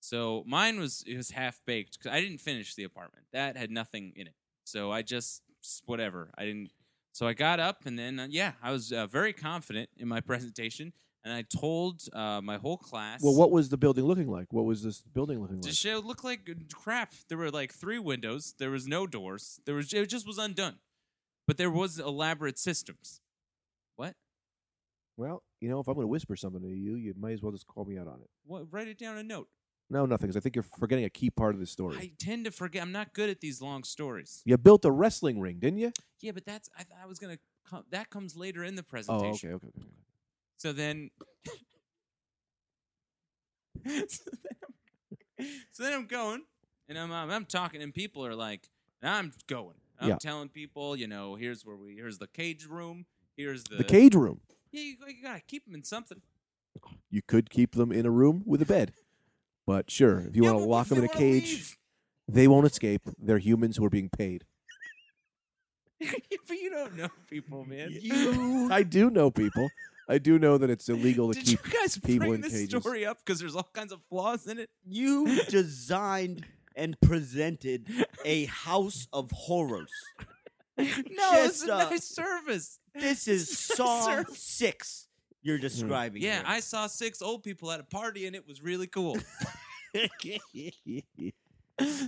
B: So mine was it was half baked because I didn't finish the apartment. That had nothing in it. So I just whatever. I didn't. So I got up and then uh, yeah, I was uh, very confident in my presentation, and I told uh, my whole class.
A: Well, what was the building looking like? What was this building looking
B: The
A: like?
B: show looked like crap. There were like three windows. There was no doors. There was it just was undone. But there was elaborate systems. What?
A: Well, you know, if I'm going to whisper something to you, you might as well just call me out on it.
B: What? Write it down a note.
A: No, nothing, because I think you're forgetting a key part of the story.
B: I tend to forget. I'm not good at these long stories.
A: You built a wrestling ring, didn't you?
B: Yeah, but that's I, I was gonna come. That comes later in the
A: Oh,
B: presentation.
A: okay, okay, okay. okay.
B: So then, so then I'm- so then I'm going, and I'm um, I'm talking, and people are like, and I'm going. I'm
A: Yeah.
B: telling people, you know, here's where we, here's the cage room, here's the,
A: The cage room.
B: Yeah, you, you gotta keep them in something.
A: You could keep them in a room with a bed, but sure, if you
B: Yeah,
A: want to
B: but
A: lock
B: if
A: them in
B: they
A: a
B: wanna
A: cage,
B: leave-
A: they won't escape. They're humans who are being paid.
B: but you don't know people, man.
A: You, I do know people. I do know that it's illegal to
B: Did
A: keep.
B: you guys
A: people
B: bring
A: in
B: this
A: cages.
B: story up because there's all kinds of flaws in it?
C: You designed and presented a house of horrors.
B: No, it's
C: Just,
B: a
C: uh,
B: nice service.
C: This is Saw
B: Sir. Hmm.
C: Six. You're describing.
B: Yeah, I saw six old people at a party and it was really cool.
C: I.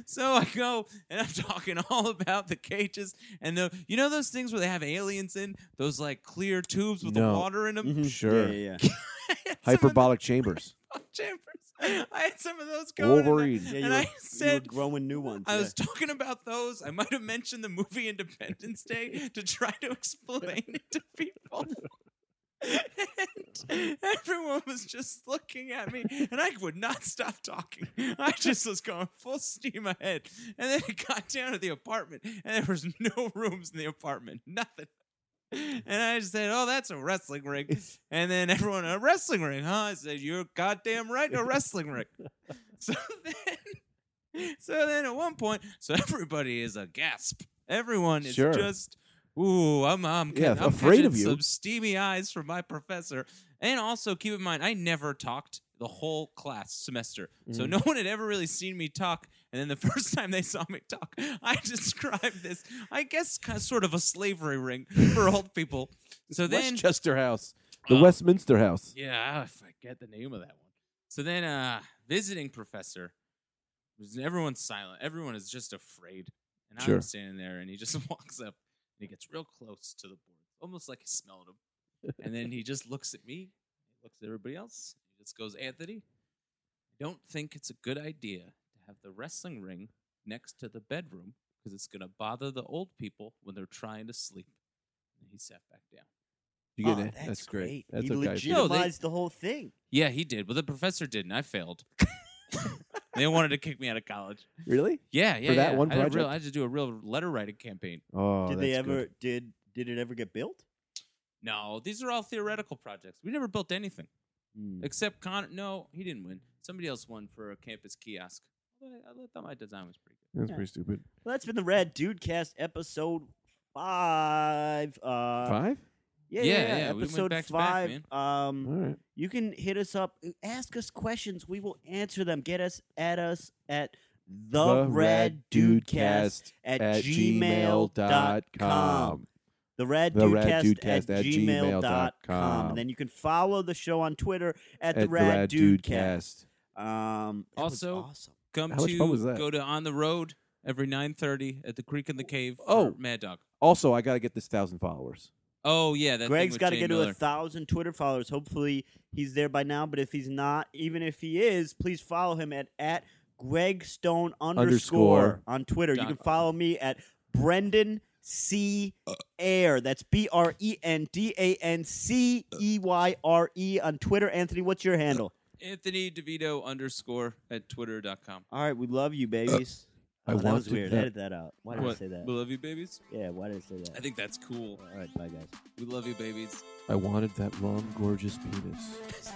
B: so I go and I'm talking all about the cages and the you know those things where they have aliens in those like clear tubes with
A: No. Mm-hmm.
B: the water in them.
A: Sure.
C: Yeah, yeah, yeah.
B: Some of the
A: Hyperbolic chambers.
B: chambers. I had some of those going. and I-
A: Wolverine.
C: Yeah, you,
B: And
C: were,
B: I
C: you were
B: said-
C: growing new ones.
B: I
C: yeah.
B: was talking about those. I might have mentioned the movie Independence Day to try to explain it to people. And everyone was just looking at me, and I would not stop talking. I just was going full steam ahead. And then it got down to the apartment, and there was no rooms in the apartment, nothing. And I just said, "Oh, that's a wrestling ring." And then everyone, "A wrestling ring, huh?" I said, "You're goddamn right, a wrestling ring." So then so then at one point, so everybody is a gasp. Everyone is
A: Sure.
B: just, ooh, I'm, I'm,
A: Yeah,
B: I'm
A: afraid
B: catching
A: of you.
B: Some steamy eyes from my professor. And also keep in mind, I never talked the whole class semester, so
A: Mm.
B: no one had ever really seen me talk. And then the first time they saw me talk, I described this, I guess, kind of, sort of a slavery ring for old people. So then,
A: Westchester House, the
B: Uh,
A: Westminster House.
B: yeah, I forget the name of that one. So then, uh, visiting professor, was- everyone's silent. Everyone is just afraid. And
A: Sure.
B: I'm standing there, and he just walks up and he gets real close to the board, almost like he smelled him. and then he just looks at me, looks at everybody else. He just goes, Anthony, I don't think it's a good idea to have the wrestling ring next to the bedroom because it's going to bother the old people when they're trying to sleep. And he sat back down.
A: You get
C: Oh,
A: it?
C: that's
A: great.
C: great.
A: That's
C: he
A: okay.
B: No, they-
C: legitimized the whole thing.
B: Yeah, he did, but the professor didn't. I failed. they wanted to kick me out of college.
A: Really?
B: Yeah, yeah.
A: that
B: yeah.
A: one
B: I had, a real,
A: project?
B: I had to do a real letter writing campaign.
A: Oh,
C: did they
A: that's good.
C: ever? Did did it ever get built?
B: No, these are all theoretical projects. We never built anything
A: Hmm.
B: except Con. No, he didn't win. Somebody else won for a campus kiosk. Although I, I thought my design was pretty good.
A: That's
C: Yeah.
A: pretty stupid.
C: Well, that's been the Rad Dude Cast episode five. Uh,
A: Five?
C: Yeah,
B: Yeah,
C: yeah,
B: yeah, we went
C: episode
B: back to back,
C: five. um,
A: All right.
C: You can hit us up, uh, ask us questions. We will answer them. Get us at us at the, Rad Dude Cast at, gmail dot com. The Rad
A: The
C: Dude
A: Rad
C: Cast
A: Dude
C: at
A: Cast at
C: gmail dot
A: gmail.com.
C: com. And then you can follow the show on Twitter at,
A: At
C: the Rad, Dude Cast.
A: Cast.
C: Um, that was
B: Also,
C: awesome.
B: Come
A: How much
B: to
A: fun was that?
B: go to on the road every nine thirty at the Creek in the Cave. for
A: Oh.
B: Mad Dog.
A: Also, I got to get this thousand followers.
B: Oh yeah, that
C: Greg's
B: got to
C: get to
B: Miller.
C: a thousand Twitter followers. Hopefully, he's there by now. But if he's not, even if he is, please follow him at at Greg Stone
A: Underscore.
C: underscore on Twitter. You
B: Dot-
C: can follow me at Brendan C Air. That's B R E N D A N C E Y R E on Twitter. Anthony, what's your handle?
B: Anthony DeVito underscore at twitter dot com.
C: All right, we love you, babies.
A: I
C: Oh, that
A: want
C: was
A: to-
C: weird.
A: that-
C: Edit that out. Why did I
B: What?
C: say
B: We
C: that?
B: love you, babies.
C: Yeah, why did I say
B: I
C: that?
B: think that's cool.
C: All right, bye guys.
B: We love you, babies.
A: I wanted that long, gorgeous penis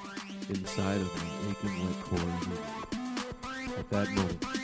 A: inside of an aching white core. At that moment,